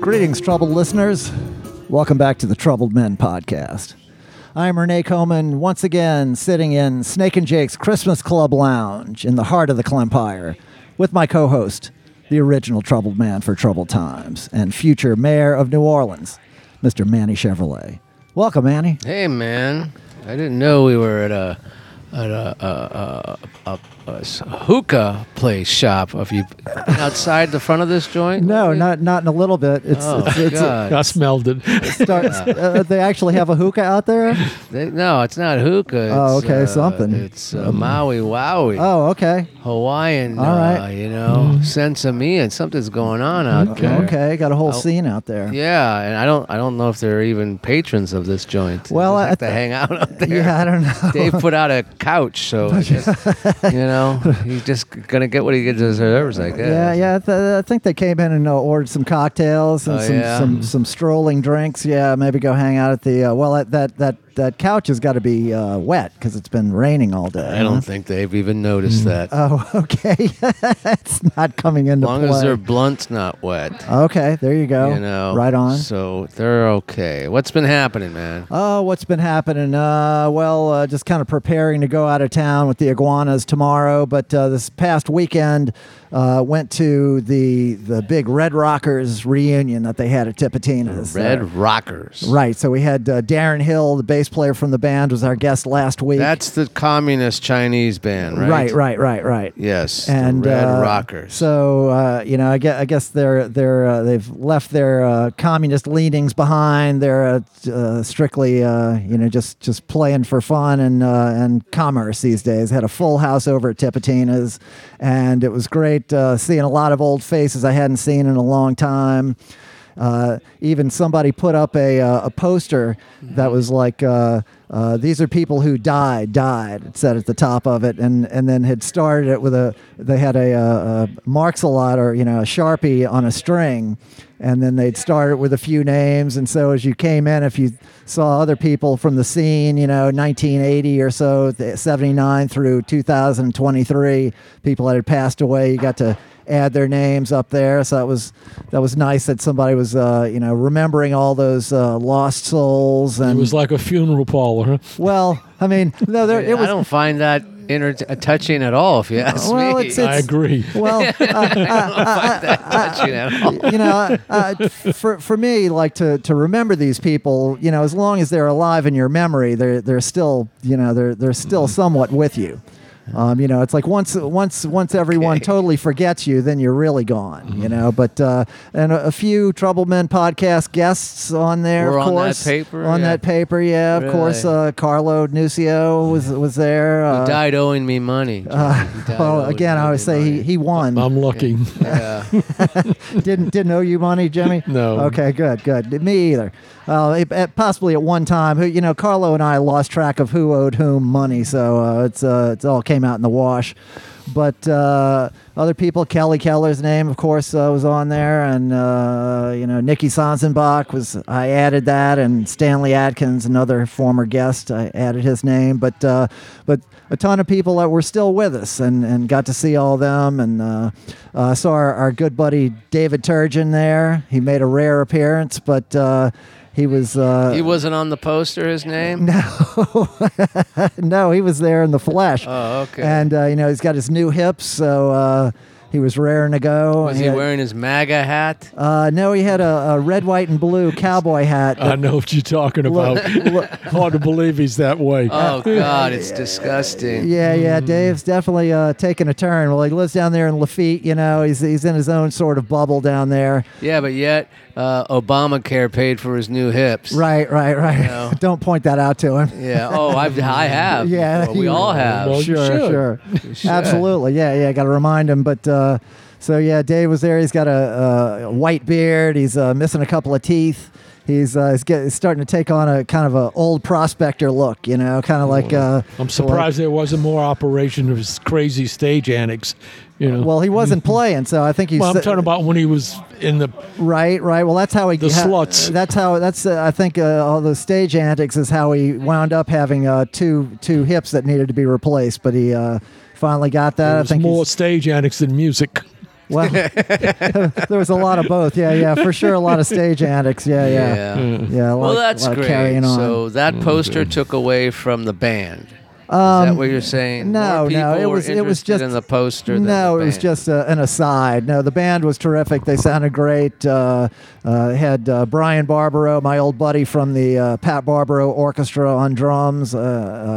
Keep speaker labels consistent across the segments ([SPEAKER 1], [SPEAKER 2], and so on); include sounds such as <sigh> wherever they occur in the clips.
[SPEAKER 1] Greetings, troubled listeners. Welcome back to the Troubled Men Podcast. I'm Renee Coman, once again sitting in Snake and Jake's Christmas Club Lounge in the heart of the Clempire with my co host, the original troubled man for troubled times and future mayor of New Orleans, Mr. Manny Chevrolet. Welcome, Manny.
[SPEAKER 2] Hey man, I didn't know we were at a at a, a, a, a, a s- hookah place shop. Have you outside the front of this joint?
[SPEAKER 1] No, not not in a little bit. It's,
[SPEAKER 2] Oh
[SPEAKER 1] it's, uh, it's
[SPEAKER 2] God!
[SPEAKER 3] I smelled it.
[SPEAKER 1] start, uh, they actually have a hookah out
[SPEAKER 2] <laughs>
[SPEAKER 1] there.
[SPEAKER 2] They- no, it's not hookah. It's,
[SPEAKER 1] Oh, okay,
[SPEAKER 2] uh,
[SPEAKER 1] something.
[SPEAKER 2] It's uh, Maui Wowie,
[SPEAKER 1] Oh, okay,
[SPEAKER 2] Hawaiian.
[SPEAKER 1] All right. Mm.
[SPEAKER 2] uh, you know, sense of me and something's going on out there.
[SPEAKER 1] okay. Got a whole
[SPEAKER 2] Oh.
[SPEAKER 1] scene out there.
[SPEAKER 2] Yeah, and I don't I don't know if they're even patrons of this joint. They
[SPEAKER 1] Well,
[SPEAKER 2] just
[SPEAKER 1] I-
[SPEAKER 2] like to hang out up there.
[SPEAKER 1] Yeah, I don't know.
[SPEAKER 2] Dave put out a
[SPEAKER 1] <laughs>
[SPEAKER 2] couch, so I guess, you know he's just gonna get what he deserves, I guess.
[SPEAKER 1] Yeah, yeah. I Th- I think they came in and uh, ordered some cocktails and
[SPEAKER 2] Oh,
[SPEAKER 1] some,
[SPEAKER 2] yeah.
[SPEAKER 1] some some strolling drinks. Yeah, maybe go hang out at the. Uh, well, that that that that couch has got to be uh, wet because it's been raining all day.
[SPEAKER 2] I don't think they've even noticed that.
[SPEAKER 1] <laughs>
[SPEAKER 2] As
[SPEAKER 1] Oh, okay. <laughs> it's not coming into
[SPEAKER 2] long
[SPEAKER 1] play.
[SPEAKER 2] as their blunt's not wet,
[SPEAKER 1] okay, there you go.
[SPEAKER 2] you know.
[SPEAKER 1] right on.
[SPEAKER 2] So they're okay. What's been happening, man?
[SPEAKER 1] Oh, what's been happening? Uh, well, uh, just kind of preparing to go out of town with the iguanas tomorrow. But uh, this past weekend, uh, went to the the big Red Rockers reunion that they had at Tipitina's.
[SPEAKER 2] Red
[SPEAKER 1] Uh,
[SPEAKER 2] Rockers.
[SPEAKER 1] right. So we had uh, Darren Hill, the bass player from the band, was our guest last week.
[SPEAKER 2] That's the communist Chinese band, right?
[SPEAKER 1] right, right, right, right.
[SPEAKER 2] Yes.
[SPEAKER 1] And
[SPEAKER 2] the Red
[SPEAKER 1] uh,
[SPEAKER 2] Rockers.
[SPEAKER 1] So uh, you know, I guess, I guess they're they're uh, they've left their uh, communist leanings behind. They're uh, t- uh, strictly uh, you know just just playing for fun and uh, and commerce these days. Had a full house over at Tipitina's, and it was great uh, seeing a lot of old faces I hadn't seen in a long time. Uh, even somebody put up a, uh, a poster that was like, uh, uh, "These are people who died, died." It said at the top of it, and and then had started it with a. They had a, uh a marks a lot, or you know, a sharpie on a string, and then they'd start it with a few names. And so as you came in, if you saw other people from the scene, you know, 1980 or so, th- 79 through 2023, people that had passed away, you got to add their names up there. So that was that was nice that somebody was uh, you know remembering all those uh, lost souls
[SPEAKER 3] It
[SPEAKER 1] and
[SPEAKER 3] was like a funeral parlor. Huh?
[SPEAKER 1] well, I mean, no,
[SPEAKER 3] <laughs>
[SPEAKER 1] there it
[SPEAKER 2] I
[SPEAKER 1] was.
[SPEAKER 2] don't find that inter- touching at all, if you ask
[SPEAKER 1] Well,
[SPEAKER 2] me. <laughs>
[SPEAKER 1] it's- it's-
[SPEAKER 3] I agree.
[SPEAKER 1] Well,
[SPEAKER 3] <laughs>
[SPEAKER 1] uh,
[SPEAKER 2] touching at all.
[SPEAKER 1] you know, uh, for for me, like to to remember these people, you know, as long as they're alive in your memory, they're they're still, you know, they're they're
[SPEAKER 2] Mm-hmm.
[SPEAKER 1] still somewhat with you. Um, you know, it's like once once once everyone totally forgets you, then you're really gone.
[SPEAKER 2] Mm-hmm.
[SPEAKER 1] You know, but uh, and a, a few Trouble Men podcast guests on there,
[SPEAKER 2] Were
[SPEAKER 1] of
[SPEAKER 2] on that
[SPEAKER 1] course,
[SPEAKER 2] paper,
[SPEAKER 1] on
[SPEAKER 2] yeah.
[SPEAKER 1] that paper, yeah, of course.
[SPEAKER 2] Really?
[SPEAKER 1] Uh, Carlo Nucio was was there.
[SPEAKER 2] He
[SPEAKER 1] Uh,
[SPEAKER 2] died owing me money. John. He died
[SPEAKER 1] well,
[SPEAKER 2] owing
[SPEAKER 1] again,
[SPEAKER 2] me
[SPEAKER 1] I would say he,
[SPEAKER 2] money.
[SPEAKER 1] he won.
[SPEAKER 3] I'm lucky.
[SPEAKER 2] Yeah.
[SPEAKER 1] didn't didn't owe you money, Jimmy.
[SPEAKER 3] No.
[SPEAKER 1] Okay, good, good. Me either. Uh, it- at- possibly at one time, who you know, Carlo and I lost track of who owed whom money, so uh, it's uh, it's all came out in the wash. But uh, other people, Kelly Keller's name, of course, uh, was on there, and uh, you know, Nikki Sonsenbach was. I added that, and Stanley Atkins, another former guest, I added his name. But uh, but a ton of people that were still with us, and and got to see all them, and uh, uh, saw our, our good buddy David Turgeon there. He made a rare appearance, but uh, he was uh,
[SPEAKER 2] He wasn't on the poster, his name? No.
[SPEAKER 1] <laughs> no, he was there in the flesh.
[SPEAKER 2] Oh, okay.
[SPEAKER 1] And uh, you know, he's got his new hips, so uh, he was raring to go.
[SPEAKER 2] Was
[SPEAKER 1] And
[SPEAKER 2] he
[SPEAKER 1] had-
[SPEAKER 2] wearing his MAGA
[SPEAKER 1] <laughs>
[SPEAKER 2] hat?
[SPEAKER 1] Uh, no, he had a, a red, white, and blue cowboy
[SPEAKER 2] <laughs>
[SPEAKER 1] hat.
[SPEAKER 3] I know what you're talking about. Hard to believe he's that way.
[SPEAKER 2] Oh, God, it's disgusting.
[SPEAKER 1] Yeah, yeah,
[SPEAKER 3] Mm.
[SPEAKER 1] Dave's definitely uh, taking a turn. Well, he lives down there in Lafitte, you know. He's he's in his own sort of bubble down there.
[SPEAKER 2] Yeah, but yet uh, Obamacare paid for his new hips.
[SPEAKER 1] Right, right, right.
[SPEAKER 2] No.
[SPEAKER 1] <laughs> Don't point that out
[SPEAKER 3] <laughs>
[SPEAKER 1] to him.
[SPEAKER 2] Yeah.
[SPEAKER 1] <laughs>
[SPEAKER 2] Oh, I've, I have.
[SPEAKER 1] Yeah,
[SPEAKER 2] Well, we
[SPEAKER 1] you-
[SPEAKER 2] all have.
[SPEAKER 3] Well, you
[SPEAKER 1] sure,
[SPEAKER 3] should.
[SPEAKER 1] sure,
[SPEAKER 2] should.
[SPEAKER 1] absolutely. Yeah, yeah. Got to remind him, but. Uh, so yeah, Dave was there. He's got a, a white beard. He's uh, missing a couple of teeth. He's uh, he's, get, he's starting to take on a kind of a old prospector look, you know, kind of like. Uh,
[SPEAKER 3] Oh, I'm surprised there wasn't more operation of his crazy stage antics. You know.
[SPEAKER 1] Well, he wasn't playing, so I think he's.
[SPEAKER 3] Well, I'm talking about when he was in the.
[SPEAKER 1] Right, right. Well, that's how he.
[SPEAKER 3] The sluts.
[SPEAKER 1] That's how. That's uh, I think uh, all those stage antics is how he wound up having uh, two two hips that needed to be replaced, but he uh, finally got that.
[SPEAKER 3] It
[SPEAKER 1] I
[SPEAKER 3] was
[SPEAKER 1] think
[SPEAKER 3] more
[SPEAKER 1] he's-
[SPEAKER 3] stage antics than music.
[SPEAKER 1] <laughs> Well, <laughs> there was a lot of both. Yeah, yeah, for sure, a lot of stage antics. Yeah, yeah, yeah. a lot,
[SPEAKER 2] Well, that's
[SPEAKER 1] a lot of
[SPEAKER 2] great.
[SPEAKER 1] carrying on. Mm,
[SPEAKER 2] So that poster took away from the band. Is that what you're saying?
[SPEAKER 1] Um, no,
[SPEAKER 2] More people
[SPEAKER 1] no, it
[SPEAKER 2] were
[SPEAKER 1] was- it was
[SPEAKER 2] interested
[SPEAKER 1] just-
[SPEAKER 2] in the poster. than
[SPEAKER 1] No,
[SPEAKER 2] the
[SPEAKER 1] it was
[SPEAKER 2] band.
[SPEAKER 1] just uh, an aside. No, the band was terrific. They sounded great. Uh, uh, had uh, Brian Barbaro, my old buddy from the uh, Pat Barbaro Orchestra, on drums. Uh,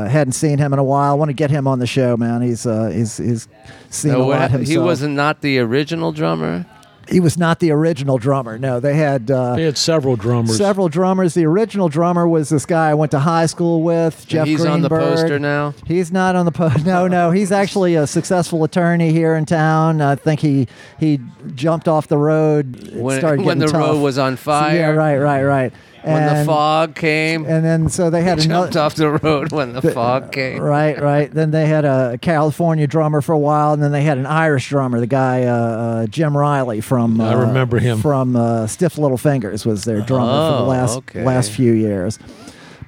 [SPEAKER 1] uh, hadn't seen him in a while. Want to get him on the show, man. He's uh, he's he's seen
[SPEAKER 2] No,
[SPEAKER 1] a
[SPEAKER 2] what
[SPEAKER 1] lot
[SPEAKER 2] hap-
[SPEAKER 1] himself.
[SPEAKER 2] he wasn't not the original drummer.
[SPEAKER 1] He was not the original drummer. No, they had. Uh,
[SPEAKER 3] They had several drummers.
[SPEAKER 1] Several drummers. The original drummer was this guy I went to high school with, Jeff
[SPEAKER 2] he's
[SPEAKER 1] Greenberg.
[SPEAKER 2] on the poster now.
[SPEAKER 1] He's not on the post. <laughs> No, no. He's actually a successful attorney here in town. I think he he jumped off the road. it
[SPEAKER 2] When-
[SPEAKER 1] started
[SPEAKER 2] <laughs> when
[SPEAKER 1] getting
[SPEAKER 2] the road
[SPEAKER 1] tough.
[SPEAKER 2] was on
[SPEAKER 1] So, yeah,
[SPEAKER 2] fire.
[SPEAKER 1] right, right, right.
[SPEAKER 2] When
[SPEAKER 1] and,
[SPEAKER 2] the fog came,
[SPEAKER 1] And then so they
[SPEAKER 2] <laughs>
[SPEAKER 1] had
[SPEAKER 2] jumped
[SPEAKER 1] another.
[SPEAKER 2] off the road when the fog came.
[SPEAKER 1] Right, right. Then they had a California drummer for a while, and then they had an Irish drummer. The guy uh, uh, Jim Riley from
[SPEAKER 3] I
[SPEAKER 1] uh,
[SPEAKER 3] remember him.
[SPEAKER 1] from uh, Stiff Little Fingers was their drummer for
[SPEAKER 2] Oh,
[SPEAKER 1] the last
[SPEAKER 2] okay.
[SPEAKER 1] last few years.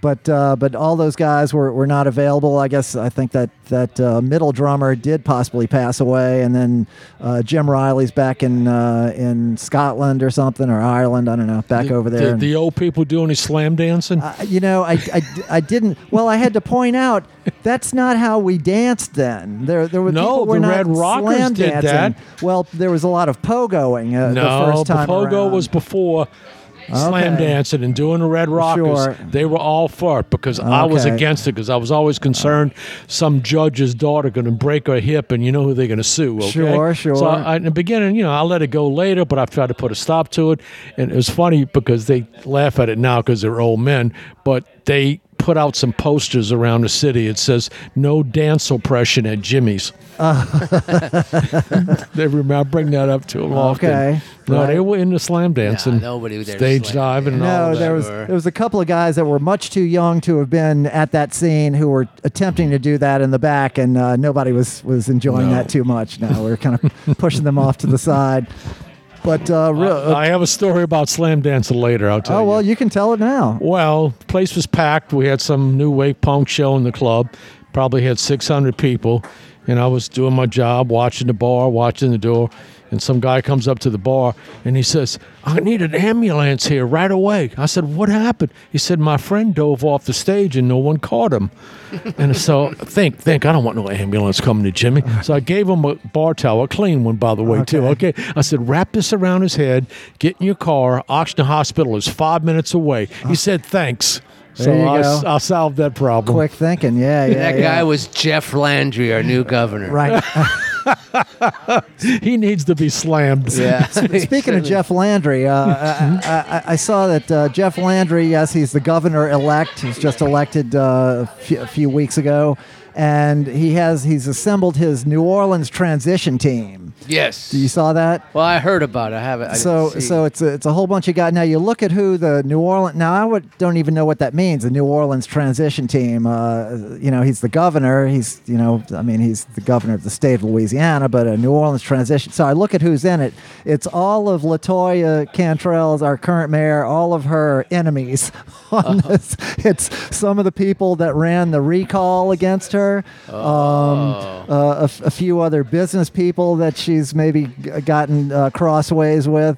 [SPEAKER 1] But uh, but all those guys were, were not available. I guess I think that that uh, middle drummer did possibly pass away, and then uh, Jim Riley's back in uh, in Scotland or something or Ireland. I don't know. Back over there.
[SPEAKER 3] Did the old people do any slam dancing?
[SPEAKER 1] I- Uh, you know, I, I, I didn't. Well, I had to point out that's not how we danced then. There, there were
[SPEAKER 3] No,
[SPEAKER 1] people were
[SPEAKER 3] the
[SPEAKER 1] not
[SPEAKER 3] Red Rockers
[SPEAKER 1] slam
[SPEAKER 3] did
[SPEAKER 1] dancing.
[SPEAKER 3] that.
[SPEAKER 1] Well, there was a lot of pogoing uh, the
[SPEAKER 3] no,
[SPEAKER 1] first time.
[SPEAKER 3] pogo
[SPEAKER 1] around.
[SPEAKER 3] was before slam
[SPEAKER 1] Okay.
[SPEAKER 3] dancing and doing the Red Rockers.
[SPEAKER 1] Sure.
[SPEAKER 3] They were all for it because I was
[SPEAKER 1] Okay.
[SPEAKER 3] against it because I was always concerned some judge's daughter going to break her hip and you know who they're going to sue. Okay?
[SPEAKER 1] Sure, sure.
[SPEAKER 3] So I, in the beginning, you know, I let it go later, but I tried to put a stop to it. And it was funny because they laugh at it now because they're old men, but they put out some posters around the city. It says no dance oppression at Jimmy's. they remember I bring that up to them often.
[SPEAKER 1] Okay.
[SPEAKER 3] No, they
[SPEAKER 1] Right.
[SPEAKER 3] were into slam dancing,
[SPEAKER 2] nobody was there to
[SPEAKER 3] stage
[SPEAKER 2] slam
[SPEAKER 3] diving, and all
[SPEAKER 1] No,
[SPEAKER 3] that.
[SPEAKER 1] there was
[SPEAKER 2] Sure.
[SPEAKER 1] there was a couple of guys that were much too young to have been at that scene who were attempting to do that in the back, and uh, nobody was was enjoying
[SPEAKER 3] No.
[SPEAKER 1] that too much. No, we were kind of <laughs> pushing them off to the side. But uh, real,
[SPEAKER 3] I have a story about slam dancing later. I'll tell
[SPEAKER 1] oh
[SPEAKER 3] you.
[SPEAKER 1] well, you can tell it now.
[SPEAKER 3] Well, the place was packed. We had some new wave punk show in the club. Probably had 600 people. And I was doing my job, watching the bar, watching the door. And some guy comes up to the bar and he says, I need an ambulance here right away. I said, What happened? He said, My friend dove off the stage and no one caught him. and so, think, think, I don't want no ambulance coming to Jimmy. So I gave him a bar towel, a clean one, by the way, too. Okay. I said, Wrap this around his head, get in your car. Oxton Hospital is five minutes away. He said, Thanks. so
[SPEAKER 1] you
[SPEAKER 3] I,
[SPEAKER 1] go.
[SPEAKER 3] I solved that problem.
[SPEAKER 1] Quick thinking, yeah, yeah.
[SPEAKER 2] That
[SPEAKER 1] yeah.
[SPEAKER 3] <laughs>
[SPEAKER 2] guy was Jeff Landry, our new governor.
[SPEAKER 1] right.
[SPEAKER 3] <laughs> He needs to be slammed.
[SPEAKER 1] <laughs>
[SPEAKER 2] Yeah. <laughs>
[SPEAKER 1] Speaking of Jeff Landry, uh, I, I, I saw that uh, Jeff Landry, yes, he's the governor elect. He's just elected uh, a, few, a few weeks ago, and he has he's assembled his New Orleans transition team.
[SPEAKER 2] yes.
[SPEAKER 1] You saw that?
[SPEAKER 2] Well, I heard about it. I haven't. I didn't
[SPEAKER 1] so
[SPEAKER 2] see.
[SPEAKER 1] so it's a, it's a whole bunch of guys. Now you look at who the New Orleans. Now I would, don't even know what that means. The New Orleans transition team. Uh, you know, he's the governor. He's you know, I mean, he's the governor of the state of Louisiana, but a New Orleans transition. So I look at who's in it. It's all of Latoya Cantrell's, our current mayor, all of her enemies. <laughs> On this. It's some of the people that ran the recall against her. Um, uh, a, f- a few other business people that she's maybe g- gotten uh, crossways with.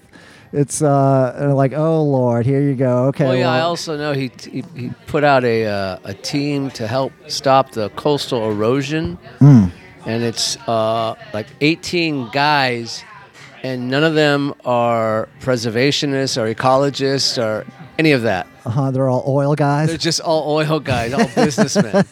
[SPEAKER 1] It's uh, like, oh Lord, here you go. Okay,
[SPEAKER 2] Well, yeah, I
[SPEAKER 1] well,
[SPEAKER 2] also know he, he, he put out a, uh, a team to help stop the coastal erosion.
[SPEAKER 1] Hmm.
[SPEAKER 2] And it's uh, like 18 guys, and none of them are preservationists or ecologists or any of that.
[SPEAKER 1] uh-huh, they're all oil
[SPEAKER 2] They're
[SPEAKER 1] guys.
[SPEAKER 2] just all oil guys, all
[SPEAKER 1] <laughs>
[SPEAKER 2] businessmen.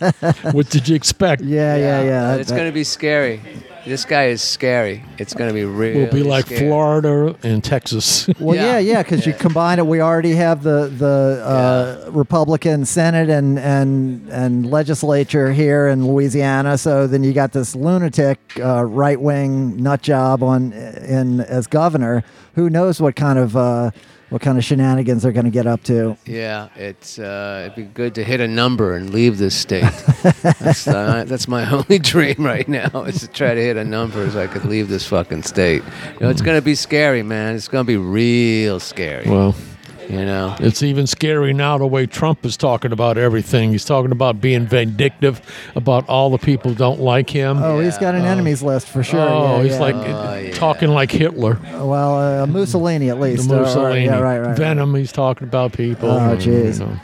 [SPEAKER 3] What did you expect?
[SPEAKER 1] Yeah, yeah, yeah. that-
[SPEAKER 2] uh, It's
[SPEAKER 1] that-
[SPEAKER 2] going to be scary. This guy is scary. It's going to be real.
[SPEAKER 3] We'll be like Florida
[SPEAKER 1] <laughs>
[SPEAKER 3] and Texas.
[SPEAKER 1] well, yeah,
[SPEAKER 2] yeah.
[SPEAKER 1] yeah, because you combine it. We already have the the uh, Republican Senate and and and legislature here in Louisiana. So then you got this lunatic uh, right wing nut job on in as governor. Who knows what kind of uh, what kind of shenanigans they're going to get up to?
[SPEAKER 2] Yeah, it's uh, it'd be good to hit a number and leave this state.
[SPEAKER 1] <laughs>
[SPEAKER 2] that's, uh, that's my <laughs> only dream right now is to try to hit a number so I could leave this fucking state. You know, it's gonna be scary, man. It's gonna be real scary.
[SPEAKER 3] well,
[SPEAKER 2] You know,
[SPEAKER 3] It's even scary now the way Trump is talking about everything. He's talking about being vindictive about all the people who don't like him.
[SPEAKER 1] Oh, he's
[SPEAKER 2] Yeah.
[SPEAKER 1] got an enemies list for sure.
[SPEAKER 3] Oh,
[SPEAKER 1] Yeah,
[SPEAKER 3] he's
[SPEAKER 1] yeah.
[SPEAKER 3] like
[SPEAKER 2] yeah.
[SPEAKER 3] talking like Hitler.
[SPEAKER 1] well, uh, Mussolini at
[SPEAKER 3] The
[SPEAKER 1] least. or- or-
[SPEAKER 3] Mussolini.
[SPEAKER 1] uh, yeah, right, right.
[SPEAKER 3] Venom, he's talking about people.
[SPEAKER 1] Oh,
[SPEAKER 3] and,
[SPEAKER 1] jeez.
[SPEAKER 3] You know.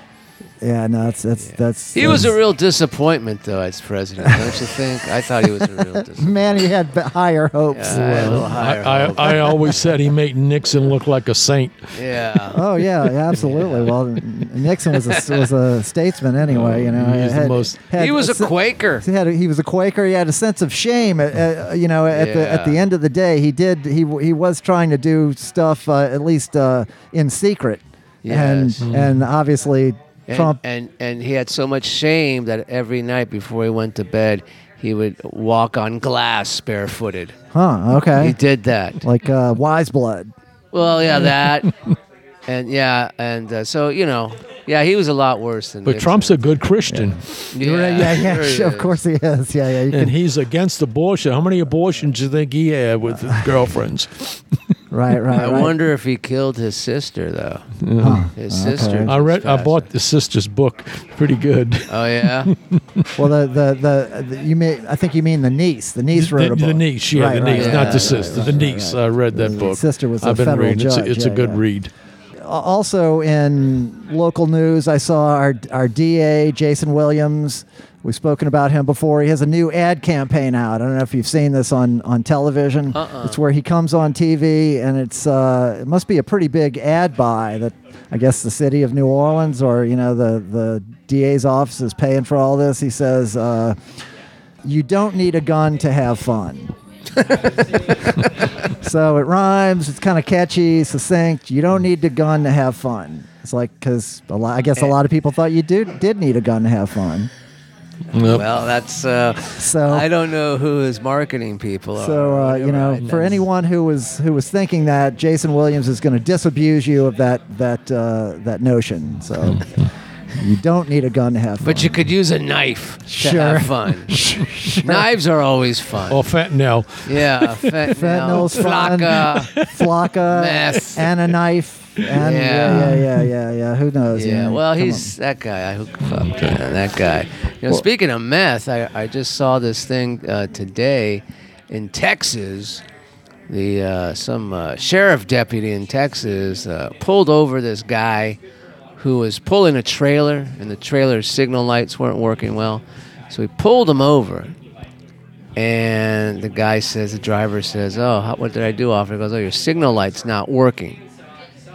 [SPEAKER 1] Yeah, no, that's that's that's.
[SPEAKER 2] he was a
[SPEAKER 1] that's-
[SPEAKER 2] real disappointment though as president, don't you think? I thought he was
[SPEAKER 1] <laughs>
[SPEAKER 2] a real
[SPEAKER 1] <laughs>
[SPEAKER 2] disappointment.
[SPEAKER 1] man. He had b- higher hopes.
[SPEAKER 2] Yeah, I had a little
[SPEAKER 3] I,
[SPEAKER 2] higher.
[SPEAKER 3] I,
[SPEAKER 2] hope.
[SPEAKER 3] I always said he made Nixon look like a saint.
[SPEAKER 2] yeah.
[SPEAKER 1] Oh yeah,
[SPEAKER 2] <laughs>
[SPEAKER 1] yeah, absolutely. Well, N- Nixon was a was a statesman anyway. You know,
[SPEAKER 3] He's the
[SPEAKER 1] Had-
[SPEAKER 3] most-
[SPEAKER 1] had
[SPEAKER 2] He was a
[SPEAKER 1] se-
[SPEAKER 2] Quaker.
[SPEAKER 1] He had a, he was a Quaker. He had a sense of shame. At, at, you know, at the at
[SPEAKER 2] Yeah.
[SPEAKER 1] the end of the day, he did he w- he was trying to do stuff uh, at least uh, in secret,
[SPEAKER 2] Yes.
[SPEAKER 1] and and obviously
[SPEAKER 2] And,
[SPEAKER 1] Trump.
[SPEAKER 2] and and he had so much shame that every night before he went to bed, he would walk on glass barefooted.
[SPEAKER 1] huh?
[SPEAKER 2] He
[SPEAKER 1] Okay.
[SPEAKER 2] did that.
[SPEAKER 1] Like uh, wise blood.
[SPEAKER 2] Well, yeah, that, <laughs> and yeah, and uh, so you know, yeah, he was a lot worse than.
[SPEAKER 3] But
[SPEAKER 2] Nixon.
[SPEAKER 3] Trump's a good Christian,
[SPEAKER 1] <laughs>
[SPEAKER 2] yeah,
[SPEAKER 1] Yeah, yeah.
[SPEAKER 2] sure he
[SPEAKER 1] sure, of
[SPEAKER 2] is.
[SPEAKER 1] course he is. Yeah, yeah. You can,
[SPEAKER 2] <laughs>
[SPEAKER 3] and he's against abortion. How many abortions do you think he had with
[SPEAKER 1] <laughs>
[SPEAKER 3] his girlfriends?
[SPEAKER 1] right, right.
[SPEAKER 2] I
[SPEAKER 1] right.
[SPEAKER 2] wonder if he killed his sister though. His sister.
[SPEAKER 1] okay.
[SPEAKER 3] I
[SPEAKER 2] was
[SPEAKER 3] read, I bought the sister's book. Pretty good.
[SPEAKER 2] faster.
[SPEAKER 1] <laughs>
[SPEAKER 2] Oh yeah.
[SPEAKER 1] Well, the, the the the you mean I think you mean the niece. The niece wrote
[SPEAKER 3] the,
[SPEAKER 1] a
[SPEAKER 3] the
[SPEAKER 1] book.
[SPEAKER 3] niece, yeah,
[SPEAKER 1] Right,
[SPEAKER 3] the
[SPEAKER 1] right,
[SPEAKER 3] niece,
[SPEAKER 1] right,
[SPEAKER 3] not
[SPEAKER 2] right,
[SPEAKER 3] the
[SPEAKER 2] right,
[SPEAKER 3] sister. the niece. I read that
[SPEAKER 1] The
[SPEAKER 3] book.
[SPEAKER 1] sister was a
[SPEAKER 3] I've been
[SPEAKER 1] federal
[SPEAKER 3] reading. It's a-
[SPEAKER 1] judge,
[SPEAKER 3] It's,
[SPEAKER 1] yeah,
[SPEAKER 3] a good
[SPEAKER 1] yeah.
[SPEAKER 3] read.
[SPEAKER 1] Also in local news, I saw our our DA Jason Williams. We've spoken about him before. He has a new ad campaign out. I don't know if you've seen this on on television.
[SPEAKER 2] Uh-uh.
[SPEAKER 1] It's where he comes on TV, and it's uh, it must be a pretty big ad buy that I guess the city of New Orleans or you know the the DA's office is paying for all this. He says. Uh, you don't need a gun to have fun. so it rhymes. It's kind of catchy, succinct. You don't need a gun to have fun. It's like because a lot. I guess
[SPEAKER 2] Eh.
[SPEAKER 1] a lot of people thought you do, did need a gun to have fun.
[SPEAKER 3] Yep.
[SPEAKER 2] Well, that's. Uh,
[SPEAKER 1] So-
[SPEAKER 2] I don't know who his marketing people are.
[SPEAKER 1] So
[SPEAKER 2] or
[SPEAKER 1] uh,
[SPEAKER 2] whatever.
[SPEAKER 1] you know,
[SPEAKER 2] I-
[SPEAKER 1] for
[SPEAKER 2] that's-
[SPEAKER 1] anyone who was who was thinking that Jason Williams is going to disabuse you of that that uh, that notion.
[SPEAKER 2] <laughs>
[SPEAKER 1] So you don't need a gun to have fun.
[SPEAKER 2] But you could use a knife to
[SPEAKER 1] Sure.
[SPEAKER 2] have
[SPEAKER 1] <laughs>
[SPEAKER 2] fun. Knives are always fun.
[SPEAKER 3] Or fentanyl.
[SPEAKER 2] Yeah,
[SPEAKER 1] <laughs>
[SPEAKER 2] fentanyl,
[SPEAKER 1] Fentanyl's fun.
[SPEAKER 2] flaca.
[SPEAKER 1] <laughs> Flocka
[SPEAKER 2] Meth.
[SPEAKER 1] and a knife. And
[SPEAKER 2] Yeah.
[SPEAKER 1] yeah, yeah, yeah, yeah, yeah. Who knows? you
[SPEAKER 2] Yeah,
[SPEAKER 1] know?
[SPEAKER 2] well,
[SPEAKER 1] Come
[SPEAKER 2] he's that guy. I hooked up man, that guy. You know, speaking of meth, I, I just saw this thing uh, today in Texas. The uh, some uh, sheriff deputy in Texas uh, pulled over this guy who was pulling a trailer, and the trailer's signal lights weren't working well, so he pulled him over. And the guy says, the driver says, "Oh, how, what did I do?" Officer He goes, "Oh, your signal light's not working."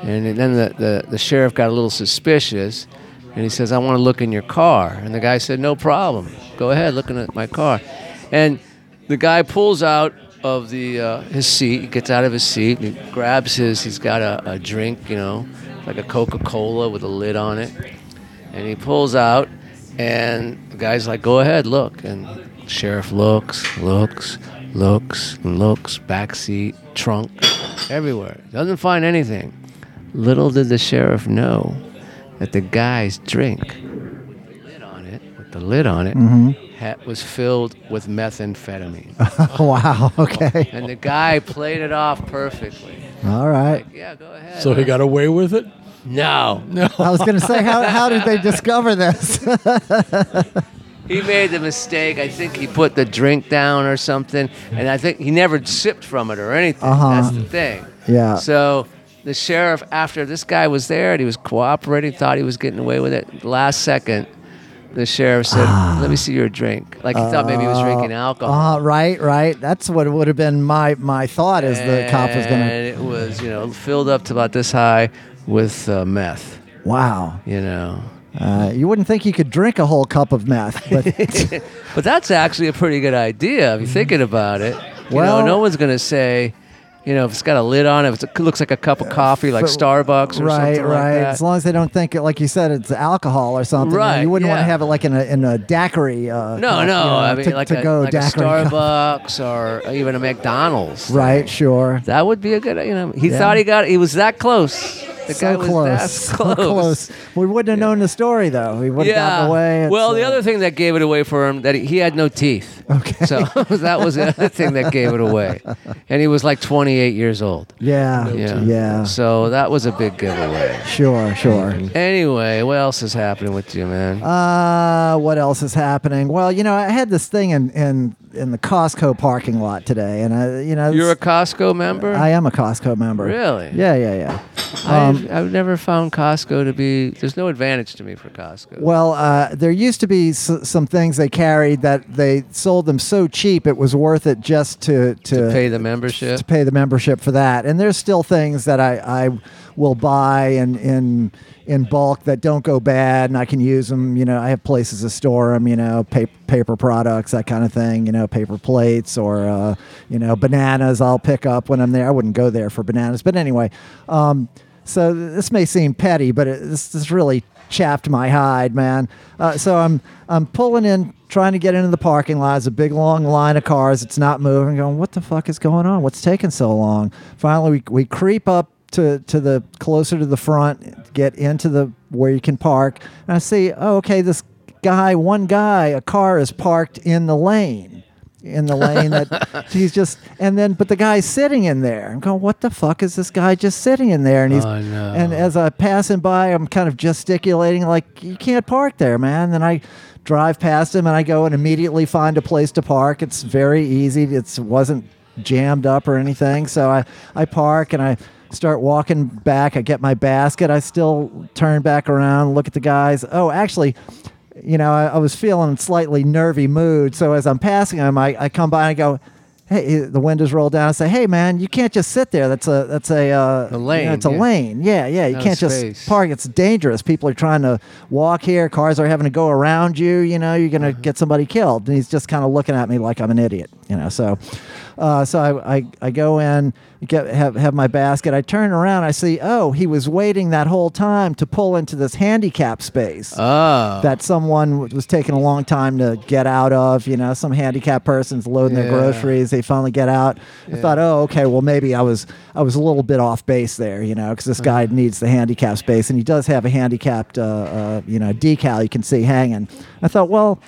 [SPEAKER 2] And then the, the, the sheriff got a little suspicious and he says, I want to look in your car. And the guy said, No problem. Go ahead, looking at my car. And the guy pulls out of the uh, his seat, he gets out of his seat, and he grabs his, he's got a, a drink, you know, like a Coca Cola with a lid on it. And he pulls out and the guy's like, Go ahead, look. And sheriff looks, looks, looks, and looks, back seat, trunk, everywhere. Doesn't find anything. Little did the sheriff know that the guy's drink, lid on it, with the lid on it, ha- was filled with methamphetamine.
[SPEAKER 1] on. <laughs> wow.
[SPEAKER 2] <laughs>
[SPEAKER 1] Okay.
[SPEAKER 2] and the guy played it off perfectly.
[SPEAKER 1] All right.
[SPEAKER 2] Yeah, go ahead.
[SPEAKER 3] So he got away with it.
[SPEAKER 2] no,
[SPEAKER 1] I was going to say, how, how did they discover this?
[SPEAKER 2] he made the mistake. I think he put the drink down or something, and I think he never sipped from it or anything.
[SPEAKER 1] Uh-huh.
[SPEAKER 2] That's the thing.
[SPEAKER 1] Yeah.
[SPEAKER 2] So the sheriff, after this guy was there and he was cooperating, thought he was getting away with it. Last second, the sheriff said, "Let me see your drink." Like he thought maybe he was drinking alcohol.
[SPEAKER 1] <laughs> Ah. Uh, right, right. That's what would have been my, my thought is oh, the cop was going to.
[SPEAKER 2] And it was, you know, filled up to about this high with uh, meth.
[SPEAKER 1] Wow.
[SPEAKER 2] You know.
[SPEAKER 1] Uh, you wouldn't think you could drink a whole cup of meth,
[SPEAKER 2] <laughs>
[SPEAKER 1] but
[SPEAKER 2] But that's actually a pretty good idea if you're thinking about it. You know,
[SPEAKER 1] Well-
[SPEAKER 2] no one's going to say, you know, if it's got a lid on it, if it's- it looks like a cup of coffee, like
[SPEAKER 1] but-
[SPEAKER 2] Starbucks or
[SPEAKER 1] Uh, right,
[SPEAKER 2] something
[SPEAKER 1] right.
[SPEAKER 2] like
[SPEAKER 1] as
[SPEAKER 2] that.
[SPEAKER 1] long as they don't think it, like you said, it's alcohol or something. you know,
[SPEAKER 2] Right,
[SPEAKER 1] You wouldn't want
[SPEAKER 2] yeah.
[SPEAKER 1] to have it like in a in a daiquiri. Uh,
[SPEAKER 2] No,
[SPEAKER 1] cup,
[SPEAKER 2] no.
[SPEAKER 1] you know,
[SPEAKER 2] I mean,
[SPEAKER 1] to,
[SPEAKER 2] like,
[SPEAKER 1] to
[SPEAKER 2] a,
[SPEAKER 1] go
[SPEAKER 2] like a
[SPEAKER 1] daiquiri cup.
[SPEAKER 2] Starbucks or even a
[SPEAKER 1] <laughs>
[SPEAKER 2] McDonald's.
[SPEAKER 1] Right, sure.
[SPEAKER 2] That would be a good, you know, he
[SPEAKER 1] Yeah.
[SPEAKER 2] thought he got, he was that close. <laughs> The guy
[SPEAKER 1] so
[SPEAKER 2] was
[SPEAKER 1] close.
[SPEAKER 2] that <laughs>
[SPEAKER 1] So
[SPEAKER 2] close.
[SPEAKER 1] close. We wouldn't have known the story though. We would have gotten away. It's,
[SPEAKER 2] Well, the
[SPEAKER 1] uh,
[SPEAKER 2] other thing that gave it away for him that he, he had no teeth.
[SPEAKER 1] Okay.
[SPEAKER 2] So <laughs> that was the other thing that gave it away, and he was like 28 years old.
[SPEAKER 1] Yeah.
[SPEAKER 2] Yeah.
[SPEAKER 1] Yeah.
[SPEAKER 2] So that was a big giveaway.
[SPEAKER 1] Sure. Sure.
[SPEAKER 2] Anyway, what else is happening with you, man?
[SPEAKER 1] Uh, what else is happening? Well, you know, I had this thing in in in the Costco parking lot today, and I, you know,
[SPEAKER 2] You're a
[SPEAKER 1] this-
[SPEAKER 2] Costco member.
[SPEAKER 1] I um, am a Costco member.
[SPEAKER 2] Really?
[SPEAKER 1] Yeah. Yeah. Yeah.
[SPEAKER 2] I've, I've never found Costco to be. There's no advantage to me for Costco.
[SPEAKER 1] Well, uh, there used to be s- some things they carried that they sold them so cheap it was worth it just to to,
[SPEAKER 2] Pay the membership.
[SPEAKER 1] to pay the membership for that. And there's still things that I, I will buy in, in in bulk that don't go bad, and I can use them. You know, I have places to store them. You know, paper, paper products, that kind of thing. You know, paper plates or uh, you know bananas. I'll pick up when I'm there. I wouldn't go there for bananas, but anyway. Um, so th- this may seem petty, but it, this, this really chapped my hide, man. Uh, so I'm I'm pulling in, trying to get into the parking lot. It's a big long line of cars. It's not moving. Going, what the fuck is going on? What's taking so long? Finally, we, we creep up to to the closer to the front, get into the where you can park, and I see, oh, okay, this guy, one guy, a car is parked in the lane in the lane that he's just and then but the guy's sitting in there. I'm going, what the fuck is this guy just sitting in there? And he's
[SPEAKER 2] Oh, no.
[SPEAKER 1] and as I passing by, I'm kind of gesticulating like you can't park there, man. Then I drive past him and I go and immediately find a place to park. It's very easy. It's wasn't jammed up or anything. So I I park and I start walking back. I get my basket. I still turn back around, look at the guys. Oh, actually you know, I, I was feeling slightly nervy mood. So as I'm passing him, I, I come by and I go, "Hey, the windows roll down." I say, "Hey, man, you can't just sit there. That's a that's a uh,
[SPEAKER 2] A
[SPEAKER 1] you know,
[SPEAKER 2] lane,
[SPEAKER 1] it's a
[SPEAKER 2] yeah.
[SPEAKER 1] lane. Yeah, yeah. You
[SPEAKER 2] No
[SPEAKER 1] can't
[SPEAKER 2] space.
[SPEAKER 1] just park. It's dangerous. People are trying to walk here. Cars are having to go around you. You know, you're gonna
[SPEAKER 2] Uh-huh.
[SPEAKER 1] get somebody killed." And he's just kind of looking at me like I'm an idiot. You know, so uh, so I, I I go in, get have have my basket. I turn around, I see, oh, he was waiting that whole time to pull into this handicap space
[SPEAKER 2] Oh.
[SPEAKER 1] that someone w- was taking a long time to get out of. You know, some handicapped person's loading
[SPEAKER 2] Yeah.
[SPEAKER 1] their groceries. They finally get out. I thought, oh, okay, well maybe I was I was a little bit off base there. You know, because this guy needs the handicap space, and he does have a handicapped uh, uh, you know decal you can see hanging. I thought, well.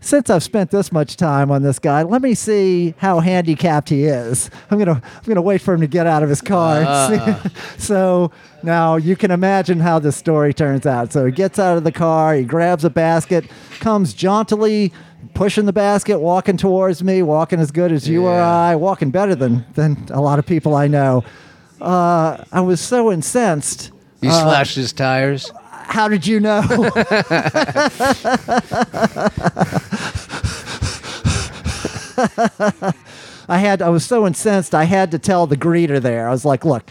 [SPEAKER 1] Since I've spent this much time on this guy, let me see how handicapped he is. I'm gonna, I'm gonna wait for him to get out of his car. and see-
[SPEAKER 2] Ah.
[SPEAKER 1] <laughs> so now you can imagine how this story turns out. So he gets out of the car, he grabs a basket, comes jauntily pushing the basket, walking towards me, walking as good as you or
[SPEAKER 2] Yeah.
[SPEAKER 1] I, walking better than than a lot of people I know. Uh, I was so incensed.
[SPEAKER 2] You slashed his tires.
[SPEAKER 1] How did you
[SPEAKER 3] <laughs>
[SPEAKER 1] know? I had I was so incensed I had to tell the greeter there. I was like, look,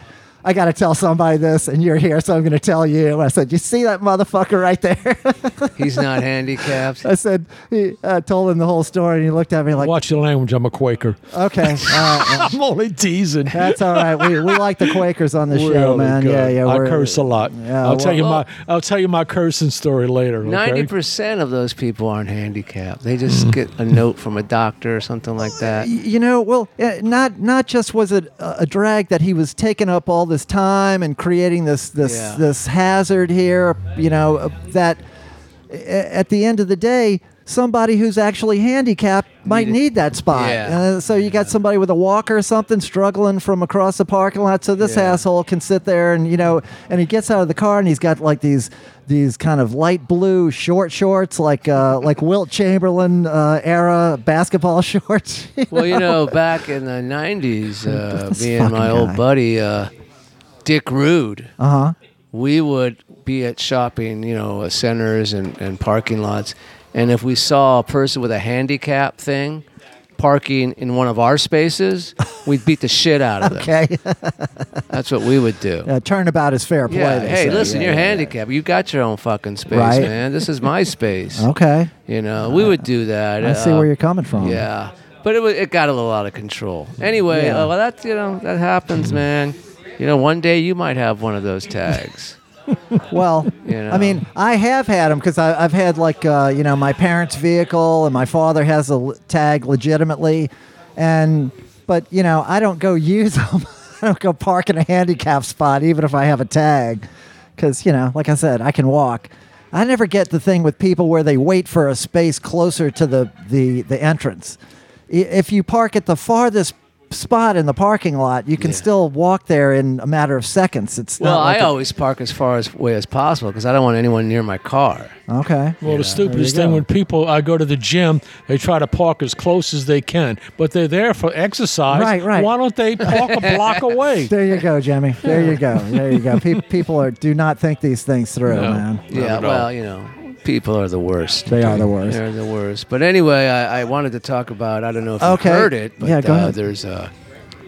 [SPEAKER 1] I gotta tell somebody this and you're here, so I'm gonna tell you. I said, You see that motherfucker right there? <laughs>
[SPEAKER 2] He's not handicapped.
[SPEAKER 1] I said he uh, told him the whole story and he looked at me like
[SPEAKER 3] <laughs> Watch your language. I'm a Quaker.
[SPEAKER 1] Okay. Uh,
[SPEAKER 3] I'm only teasing.
[SPEAKER 1] that's all right. We, we like the Quakers on the show,
[SPEAKER 3] Really
[SPEAKER 1] man.
[SPEAKER 3] good.
[SPEAKER 1] Yeah, yeah.
[SPEAKER 3] I
[SPEAKER 1] we're-
[SPEAKER 3] curse a lot.
[SPEAKER 1] Yeah,
[SPEAKER 3] I'll tell you
[SPEAKER 2] well-
[SPEAKER 3] my I'll tell you my cursing story later. okay?
[SPEAKER 2] Ninety percent of those people aren't handicapped. They
[SPEAKER 1] Mm.
[SPEAKER 2] just get a note from a doctor or something like that.
[SPEAKER 1] Y- You know, well, uh, not not just was it a, a drag that he was taking up all this time and creating this this
[SPEAKER 2] Yeah.
[SPEAKER 1] this hazard here. You know uh, that a- at the end of the day, somebody who's actually handicapped might
[SPEAKER 2] Needed-
[SPEAKER 1] need that spot.
[SPEAKER 2] Yeah.
[SPEAKER 1] Uh, so you got somebody with a walker or something struggling from across the parking lot. So this
[SPEAKER 2] Yeah.
[SPEAKER 1] asshole can sit there and you know, and he gets out of the car and he's got like these these kind of light blue short shorts, like uh, like Wilt Chamberlain uh, era basketball <laughs> shorts.
[SPEAKER 2] Well, you know, back in the
[SPEAKER 1] <laughs>
[SPEAKER 2] '90s, uh,
[SPEAKER 1] This
[SPEAKER 2] me and my
[SPEAKER 1] fucking
[SPEAKER 2] old
[SPEAKER 1] guy.
[SPEAKER 2] buddy uh, Dick Rude,
[SPEAKER 1] uh huh.
[SPEAKER 2] we would be at shopping, you know, at centers and, and parking lots, and if we saw a person with a handicap thing parking in one of our spaces, we'd beat the shit out of them.
[SPEAKER 1] <laughs> Okay.
[SPEAKER 2] That's what we would do.
[SPEAKER 1] uh, turnabout is fair play.
[SPEAKER 2] Yeah.
[SPEAKER 1] they
[SPEAKER 2] Hey,
[SPEAKER 1] say.
[SPEAKER 2] listen,
[SPEAKER 1] Yeah,
[SPEAKER 2] you're
[SPEAKER 1] yeah, yeah.
[SPEAKER 2] handicapped. You got your own fucking space,
[SPEAKER 1] Right.
[SPEAKER 2] man. This
[SPEAKER 1] <laughs>
[SPEAKER 2] is my space.
[SPEAKER 1] Okay.
[SPEAKER 2] You know, we would do that.
[SPEAKER 1] I see
[SPEAKER 2] uh,
[SPEAKER 1] where you're coming from.
[SPEAKER 2] Yeah, but it wa- it got a little out of control. Anyway,
[SPEAKER 1] Yeah. Mm-hmm.
[SPEAKER 2] uh, well, that you know that happens, man. You know, one day you might have one of
[SPEAKER 1] <laughs>
[SPEAKER 2] those tags. <laughs>
[SPEAKER 1] Well,
[SPEAKER 2] You know.
[SPEAKER 1] I mean, I have had them because I've had like uh, you know my parents' vehicle, and my father has a l- tag legitimately, and but you know I don't go use <laughs> them. I don't go park in a handicap spot, even if I have a tag. Because, you know, like I said, I can walk. I never get the thing with people where they wait for a space closer to the, the, the entrance. I- If you park at the farthest spot in the parking lot, you can
[SPEAKER 2] Yeah.
[SPEAKER 1] still walk there in a matter of seconds. It's
[SPEAKER 2] Well,
[SPEAKER 1] not like
[SPEAKER 2] I
[SPEAKER 1] a-
[SPEAKER 2] always park as far as away as possible because I don't want anyone near my car.
[SPEAKER 1] Okay.
[SPEAKER 3] Well, the stupidest
[SPEAKER 1] There you
[SPEAKER 3] thing
[SPEAKER 1] go.
[SPEAKER 3] when people I go to the gym, they try to park as close as they can, but they're there for exercise.
[SPEAKER 1] Right, right.
[SPEAKER 3] Why don't they park a
[SPEAKER 1] <laughs>
[SPEAKER 3] block away?
[SPEAKER 1] There you go, Jimmy. There you
[SPEAKER 3] <laughs>
[SPEAKER 1] go. There you go. Pe- people are do not think these things through,
[SPEAKER 3] No.
[SPEAKER 1] man.
[SPEAKER 2] yeah,
[SPEAKER 3] at all.
[SPEAKER 2] well, you know, people are the worst.
[SPEAKER 1] They are the worst.
[SPEAKER 2] They're the worst. But anyway, I, I wanted to talk about. I don't know if you
[SPEAKER 1] Okay.
[SPEAKER 2] heard it, but
[SPEAKER 1] Yeah, go
[SPEAKER 2] uh,
[SPEAKER 1] ahead.
[SPEAKER 2] there's a,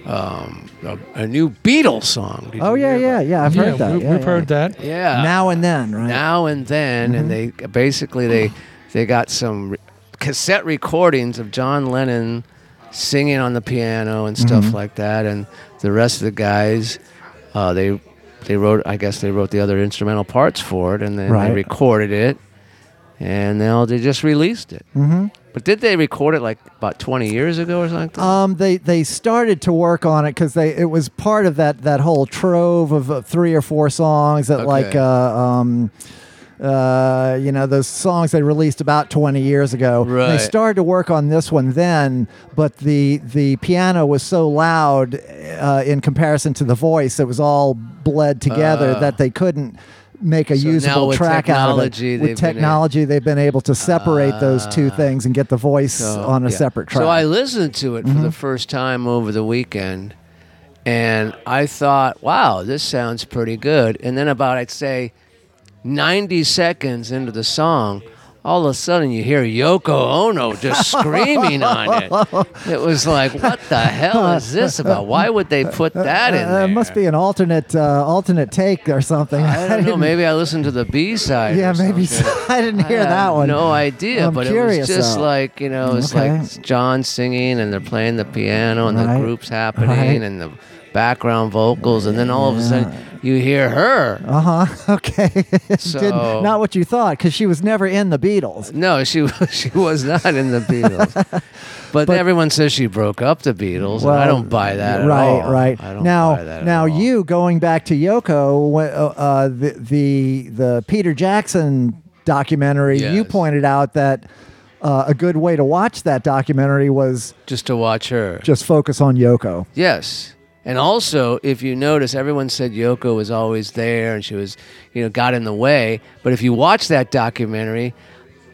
[SPEAKER 2] um, a a new Beatles song. Did
[SPEAKER 1] Oh
[SPEAKER 2] you
[SPEAKER 1] yeah,
[SPEAKER 2] hear
[SPEAKER 1] yeah,
[SPEAKER 2] about-
[SPEAKER 1] yeah. I've
[SPEAKER 3] yeah,
[SPEAKER 1] heard that.
[SPEAKER 3] we,
[SPEAKER 1] yeah,
[SPEAKER 3] have
[SPEAKER 1] yeah.
[SPEAKER 3] heard that.
[SPEAKER 2] yeah.
[SPEAKER 1] Now and then, right? Mm-hmm.
[SPEAKER 2] now and then, and they basically they they got some re- cassette recordings of John Lennon singing on the piano and stuff
[SPEAKER 1] Mm-hmm.
[SPEAKER 2] like that, and the rest of the guys uh, they they wrote I guess they wrote the other instrumental parts for it, and then
[SPEAKER 1] Right.
[SPEAKER 2] they recorded it, and now they just released it. Mm-hmm. But did they record it like about twenty years ago or something? Like that?
[SPEAKER 1] Um, they they started to work on it because they it was part of that that whole trove of uh, three or four songs that like
[SPEAKER 2] Okay.
[SPEAKER 1] uh, um, uh, you know those songs they released about 20 years ago. They
[SPEAKER 2] Right.
[SPEAKER 1] started to work on this one then, but the the piano was so loud uh, in comparison to the voice, it was all bled together
[SPEAKER 2] Ah.
[SPEAKER 1] that they couldn't make a
[SPEAKER 2] So now
[SPEAKER 1] usable
[SPEAKER 2] with
[SPEAKER 1] track out of
[SPEAKER 2] technology,
[SPEAKER 1] it.
[SPEAKER 2] they've been
[SPEAKER 1] With
[SPEAKER 2] able-
[SPEAKER 1] technology, they've been able to separate those two
[SPEAKER 2] Ah.
[SPEAKER 1] things and get the voice
[SPEAKER 2] So,
[SPEAKER 1] on a
[SPEAKER 2] yeah.
[SPEAKER 1] separate Mm-hmm. track.
[SPEAKER 2] So I listened to it for the first time over the weekend, and I thought, "Wow, this sounds pretty good." And then about I'd say, ninety seconds into the song. All of a sudden, you hear Yoko
[SPEAKER 1] <laughs>
[SPEAKER 2] Ono just screaming on it. It was like, what the hell is this about? Why would they put that in
[SPEAKER 1] Uh,
[SPEAKER 2] there?
[SPEAKER 1] It must be an alternate uh, alternate take or something. <laughs>
[SPEAKER 2] I don't know.
[SPEAKER 1] didn't-
[SPEAKER 2] Maybe I listened to the B side.
[SPEAKER 1] yeah, maybe so. <laughs> I didn't hear
[SPEAKER 2] I have
[SPEAKER 1] that one. <laughs>
[SPEAKER 2] No idea,
[SPEAKER 1] I'm
[SPEAKER 2] but
[SPEAKER 1] curious,
[SPEAKER 2] it was just
[SPEAKER 1] though.
[SPEAKER 2] like you know, it's
[SPEAKER 1] Okay.
[SPEAKER 2] like it's John singing and they're playing the piano and
[SPEAKER 1] Right.
[SPEAKER 2] the group's happening
[SPEAKER 1] Right.
[SPEAKER 2] and the background vocals, and then all of a
[SPEAKER 1] Yeah.
[SPEAKER 2] sudden you hear her.
[SPEAKER 1] Uh huh. <laughs> Okay.
[SPEAKER 2] So
[SPEAKER 1] Didn't- not what you thought, because she was never in the Beatles.
[SPEAKER 2] no, she <laughs> was- she was not in
[SPEAKER 1] <laughs>
[SPEAKER 2] the Beatles. But, everyone says she broke up the Beatles, and I don't buy that at
[SPEAKER 1] right,
[SPEAKER 2] all.
[SPEAKER 1] Right,
[SPEAKER 2] I don't
[SPEAKER 1] now,
[SPEAKER 2] buy that at
[SPEAKER 1] now
[SPEAKER 2] all.
[SPEAKER 1] you going back to Yoko, wh- uh, uh, the, the the Peter Jackson documentary. You
[SPEAKER 2] Yes.
[SPEAKER 1] pointed out that uh, a good way to watch that documentary was
[SPEAKER 2] just to watch her.
[SPEAKER 1] just focus on Yoko.
[SPEAKER 2] Yes. And also, if you notice, everyone said Yoko was always there and she was, you know, got in the way. But if you watch that documentary,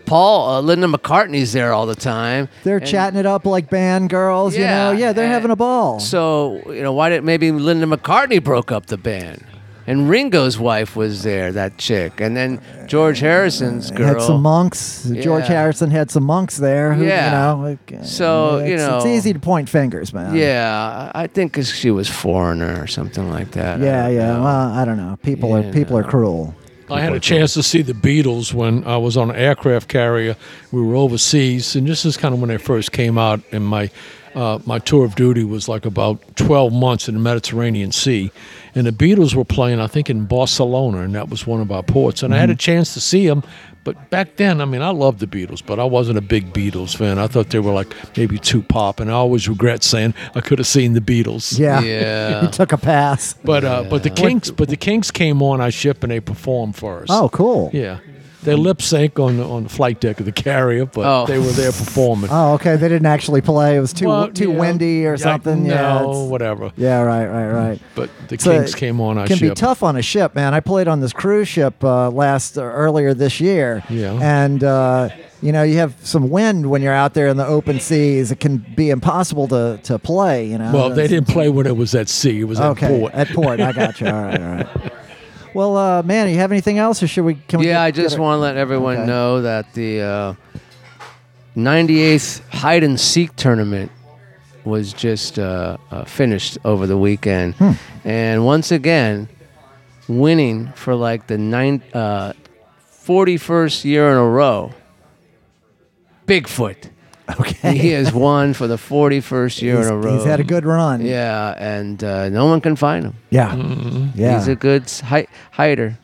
[SPEAKER 2] Paul, uh, Linda McCartney's there all the time.
[SPEAKER 1] They're
[SPEAKER 2] And
[SPEAKER 1] chatting it up like band girls, you know. Yeah, they're
[SPEAKER 2] and-
[SPEAKER 1] having a ball.
[SPEAKER 2] So, you know, why did maybe Linda McCartney broke up the band? And Ringo's wife was there, that chick. And then George Harrison's girl.
[SPEAKER 1] had some monks. George
[SPEAKER 2] Yeah.
[SPEAKER 1] Harrison had some monks there. Who,
[SPEAKER 2] Yeah.
[SPEAKER 1] You know, like,
[SPEAKER 2] So,
[SPEAKER 1] it's,
[SPEAKER 2] you
[SPEAKER 1] it's
[SPEAKER 2] know-
[SPEAKER 1] easy to point fingers, man.
[SPEAKER 2] yeah, I I think 'cause she was foreigner or something like that. I
[SPEAKER 1] yeah,
[SPEAKER 2] don't
[SPEAKER 1] yeah.
[SPEAKER 2] know.
[SPEAKER 1] Well, I don't know. People
[SPEAKER 2] You
[SPEAKER 1] are people are cruel.
[SPEAKER 3] I had a chance to see the Beatles when I was on an aircraft carrier. We were overseas, and this is kind of when they first came out. And my uh, my tour of duty was like about twelve months in the Mediterranean Sea, and the Beatles were playing, I think, in Barcelona, and that was one of our ports. And I had
[SPEAKER 1] Mm-hmm.
[SPEAKER 3] a chance to see them, but back then, I mean, I loved the Beatles, but I wasn't a big Beatles fan. I thought they were like maybe two pop, and I always regret saying I could have seen the Beatles.
[SPEAKER 1] Yeah. <laughs>
[SPEAKER 2] Yeah.
[SPEAKER 1] you took a pass.
[SPEAKER 3] But uh, but the Kinks, but the Kinks came on our ship and they performed for us.
[SPEAKER 1] Oh, cool.
[SPEAKER 3] Yeah. They lip sync on the, on the flight deck of the carrier, but
[SPEAKER 2] Oh.
[SPEAKER 3] they were there performing.
[SPEAKER 1] Oh, okay. They didn't actually play. It was <laughs> too
[SPEAKER 3] Well,
[SPEAKER 1] too
[SPEAKER 3] yeah,
[SPEAKER 1] windy or
[SPEAKER 3] yeah,
[SPEAKER 1] something. yeah.
[SPEAKER 3] No,
[SPEAKER 1] it's-
[SPEAKER 3] whatever.
[SPEAKER 1] Yeah. Right. Right. Right.
[SPEAKER 3] But the
[SPEAKER 1] So
[SPEAKER 3] Kinks
[SPEAKER 1] it
[SPEAKER 3] came on our
[SPEAKER 1] can
[SPEAKER 3] ship.
[SPEAKER 1] be tough on a ship, man. I played on this cruise ship uh, last uh, earlier this year,
[SPEAKER 3] Yeah.
[SPEAKER 1] and uh, you know you have some wind when you're out there in the open seas. It can be impossible to, to play. You know.
[SPEAKER 3] Well, they
[SPEAKER 1] It's-
[SPEAKER 3] didn't play when it was at sea. It was
[SPEAKER 1] Okay,
[SPEAKER 3] at port.
[SPEAKER 1] I got you. All right. All right. Well, uh, man, you have anything else, or should we? Can we
[SPEAKER 2] yeah,
[SPEAKER 1] get-
[SPEAKER 2] I
[SPEAKER 1] get
[SPEAKER 2] just
[SPEAKER 1] Oh, it-
[SPEAKER 2] want to let everyone
[SPEAKER 1] Okay.
[SPEAKER 2] know that the uh, 98th hide and seek tournament was just uh, uh, finished over the weekend,
[SPEAKER 1] Hmm.
[SPEAKER 2] and once again, winning for like the nine, uh, 41st year in a row. Bigfoot,
[SPEAKER 1] Okay.
[SPEAKER 2] he has won for the 41st year
[SPEAKER 1] He's,
[SPEAKER 2] in a row.
[SPEAKER 1] he's had a good run.
[SPEAKER 2] yeah, and uh, no one can find him.
[SPEAKER 1] Yeah.
[SPEAKER 3] Mm-hmm.
[SPEAKER 1] Yeah.
[SPEAKER 2] He's a good s- hi- hider.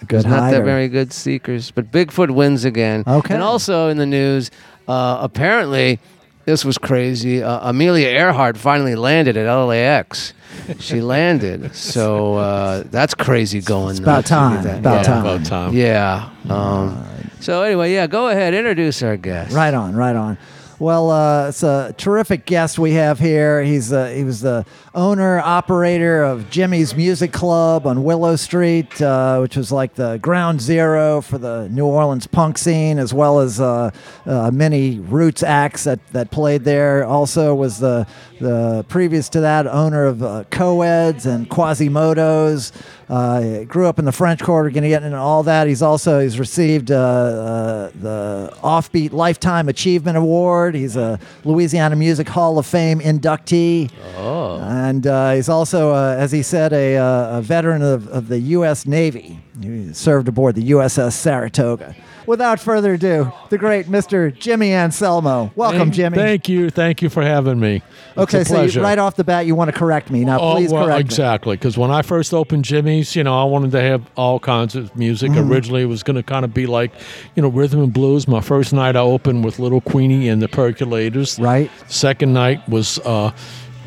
[SPEAKER 1] good
[SPEAKER 2] There's not
[SPEAKER 1] hider.
[SPEAKER 2] that very good seekers, but Bigfoot wins again.
[SPEAKER 1] Okay.
[SPEAKER 2] And also in the news, uh, apparently this was crazy. Uh, Amelia Earhart finally landed at LAX.
[SPEAKER 1] <laughs>
[SPEAKER 2] She landed, so uh, that's crazy going.
[SPEAKER 1] About
[SPEAKER 2] uh, to do
[SPEAKER 1] time.
[SPEAKER 2] that.
[SPEAKER 1] About
[SPEAKER 2] yeah.
[SPEAKER 1] time.
[SPEAKER 3] About time.
[SPEAKER 2] Yeah. Um, so anyway, yeah, go ahead, introduce our guest.
[SPEAKER 1] Right on, right on. Well, uh, it's a terrific guest we have here. He's uh, he was the owner operator of Jimmy's Music Club on Willow Street, uh, which was like the ground zero for the New Orleans punk scene, as well as uh, uh, many roots acts that, that played there. Also, was the the previous to that owner of uh, Coeds and Quasimodos. Uh, grew up in the French Quarter, going to get into all that. He's also he's received uh, uh, the Offbeat Lifetime Achievement Award. He's a Louisiana Music Hall of Fame inductee,
[SPEAKER 2] Oh.
[SPEAKER 1] and uh, he's also, uh, as he said, a, uh, a veteran of, of the U.S. Navy. He served aboard the USS Saratoga. Without further ado, the great Mr. Jimmy Anselmo. Welcome, Jimmy.
[SPEAKER 3] Thank you. Thank you for having me. It's
[SPEAKER 1] okay,
[SPEAKER 3] a
[SPEAKER 1] so you,
[SPEAKER 3] pleasure.
[SPEAKER 1] right off the bat, you want to correct me now.
[SPEAKER 3] Oh,
[SPEAKER 1] Please
[SPEAKER 3] well,
[SPEAKER 1] correct me.
[SPEAKER 3] exactly. Because when I first opened Jimmy's, you know, I wanted to have all kinds of music.
[SPEAKER 1] Mm-hmm.
[SPEAKER 3] Originally, it was going to kind of be like, you know, rhythm and blues. My first night I opened with Little Queenie and the Percolators.
[SPEAKER 1] Right.
[SPEAKER 3] Second night was uh,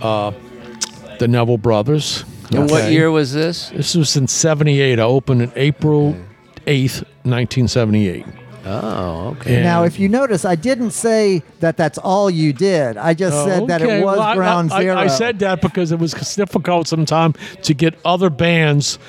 [SPEAKER 3] uh, the Neville Brothers.
[SPEAKER 2] And what
[SPEAKER 3] Okay.
[SPEAKER 2] year was this?
[SPEAKER 3] This was in '78. I opened in April 8th, 1978.
[SPEAKER 2] Oh, okay.
[SPEAKER 3] And-
[SPEAKER 1] Now, if you notice, I didn't say that that's all you did. I just said that
[SPEAKER 3] Oh, Okay,
[SPEAKER 1] it was
[SPEAKER 3] well, I-
[SPEAKER 1] ground
[SPEAKER 3] I, I-
[SPEAKER 1] zero.
[SPEAKER 3] I, said that because it was difficult sometimes to get other bands,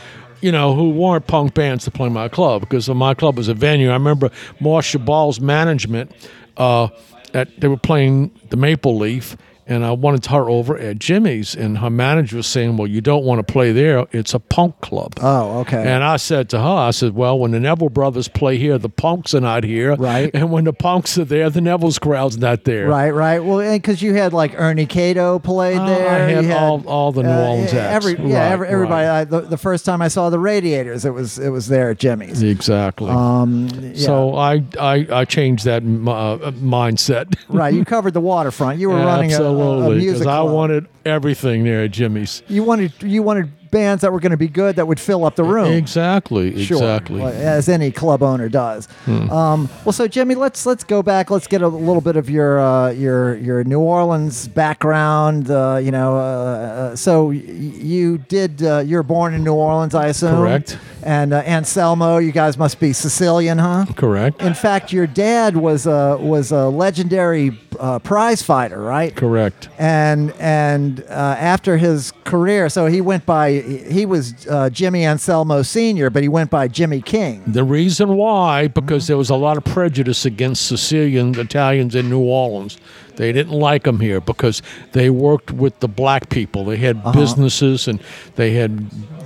[SPEAKER 3] you know, who weren't punk bands to play my club because my club was a venue. I remember Marsha Ball's management. Uh, at, they were playing the Maple Leaf. And I wanted her over at Jimmy's, and her manager was saying, "Well, you don't want to play there. It's a punk club."
[SPEAKER 1] Oh, okay.
[SPEAKER 3] And I said to her, I said, well, when the Neville brothers play here, the punks are not here.
[SPEAKER 1] Right.
[SPEAKER 3] And when the punks are there, the Neville's crowd's not there.
[SPEAKER 1] right, right. Well, because you had like Ernie Cato played
[SPEAKER 3] Oh, I
[SPEAKER 1] there.
[SPEAKER 3] had
[SPEAKER 1] you
[SPEAKER 3] all- all the New Orleans acts.
[SPEAKER 1] Every, yeah,
[SPEAKER 3] Right,
[SPEAKER 1] every, everybody.
[SPEAKER 3] right.
[SPEAKER 1] I, the, the first time I saw the Radiators, it was it was there at Jimmy's.
[SPEAKER 3] Exactly.
[SPEAKER 1] Um, yeah.
[SPEAKER 3] So <laughs> I, I, I changed that m- uh, mindset.
[SPEAKER 1] right, you covered the waterfront. <laughs> You were running a- a-
[SPEAKER 3] Absolutely.
[SPEAKER 1] a, music.
[SPEAKER 3] I
[SPEAKER 1] club.
[SPEAKER 3] wanted everything there at Jimmy's.
[SPEAKER 1] you wanted you wanted bands that were going to be good that would fill
[SPEAKER 3] E,
[SPEAKER 1] up the room.
[SPEAKER 3] Exactly.
[SPEAKER 1] Sure.
[SPEAKER 3] Exactly. Hmm.
[SPEAKER 1] Well, as any club owner does. Um, well, so Jimmy, let's let's go back. Let's get a little bit of your uh, your your New Orleans background. Uh, you know, uh, uh, so y- you did. Uh, you're born in New Orleans, I assume.
[SPEAKER 3] Correct.
[SPEAKER 1] And uh, Anselmo, you guys must be Sicilian, huh?
[SPEAKER 3] Correct.
[SPEAKER 1] In fact, your dad was a was a legendary uh, prize fighter, right?
[SPEAKER 3] Correct.
[SPEAKER 1] and and uh, after his career, so he went by he he was uh, Jimmy Anselmo Senior, but he went by Jimmy King.
[SPEAKER 3] The reason why, because
[SPEAKER 1] Mm-hmm.
[SPEAKER 3] there was a lot of prejudice against Sicilian Italians in New Orleans. They didn't like them here because they worked with the black people. They had
[SPEAKER 1] Uh-huh.
[SPEAKER 3] businesses and they had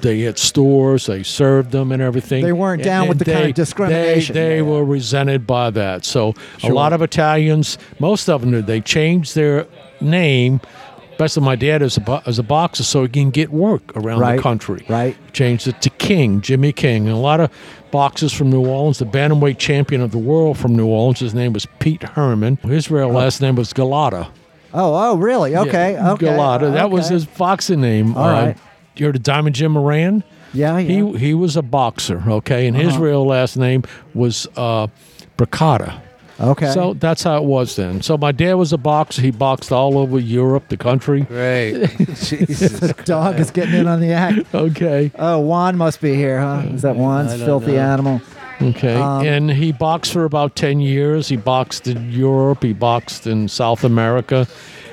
[SPEAKER 3] they had stores. They served them and everything.
[SPEAKER 1] They weren't
[SPEAKER 3] And-
[SPEAKER 1] down
[SPEAKER 3] and
[SPEAKER 1] with the kind of
[SPEAKER 3] they-
[SPEAKER 1] discrimination.
[SPEAKER 3] They, they
[SPEAKER 1] Yeah.
[SPEAKER 3] were resented by that. So a lot of Italians, most of them, did. they changed their name. Best of my dad is a, bo- is a boxer, so he can get work around
[SPEAKER 1] Right.
[SPEAKER 3] the country
[SPEAKER 1] Right.
[SPEAKER 3] changed it to King, Jimmy King. And a lot of boxers from New Orleans, the bantamweight champion of the world from New Orleans, his name was Pete Herman. His real last name was Galata.
[SPEAKER 1] Oh, oh, really? Oh. Okay,
[SPEAKER 3] Yeah,
[SPEAKER 1] okay.
[SPEAKER 3] Galata. That was
[SPEAKER 1] okay.
[SPEAKER 3] his boxing name. Uh,
[SPEAKER 1] All right.
[SPEAKER 3] You heard of Diamond Jim Moran?
[SPEAKER 1] Yeah, yeah. Uh-huh.
[SPEAKER 3] He, he was a boxer, okay? And his real last name was uh, Bricata.
[SPEAKER 1] okay. <laughs>
[SPEAKER 3] So that's how it was then. So my dad was a boxer. He boxed all over Europe, the country.
[SPEAKER 2] Great.
[SPEAKER 1] <laughs>
[SPEAKER 2] Jesus.
[SPEAKER 1] dog is getting in on the act.
[SPEAKER 3] Okay.
[SPEAKER 1] Oh, Juan must be here, huh? Is that Juan's filthy animal?
[SPEAKER 3] Okay.
[SPEAKER 1] Um,
[SPEAKER 3] and he boxed for about 10 years. He boxed in Europe, he boxed in South America.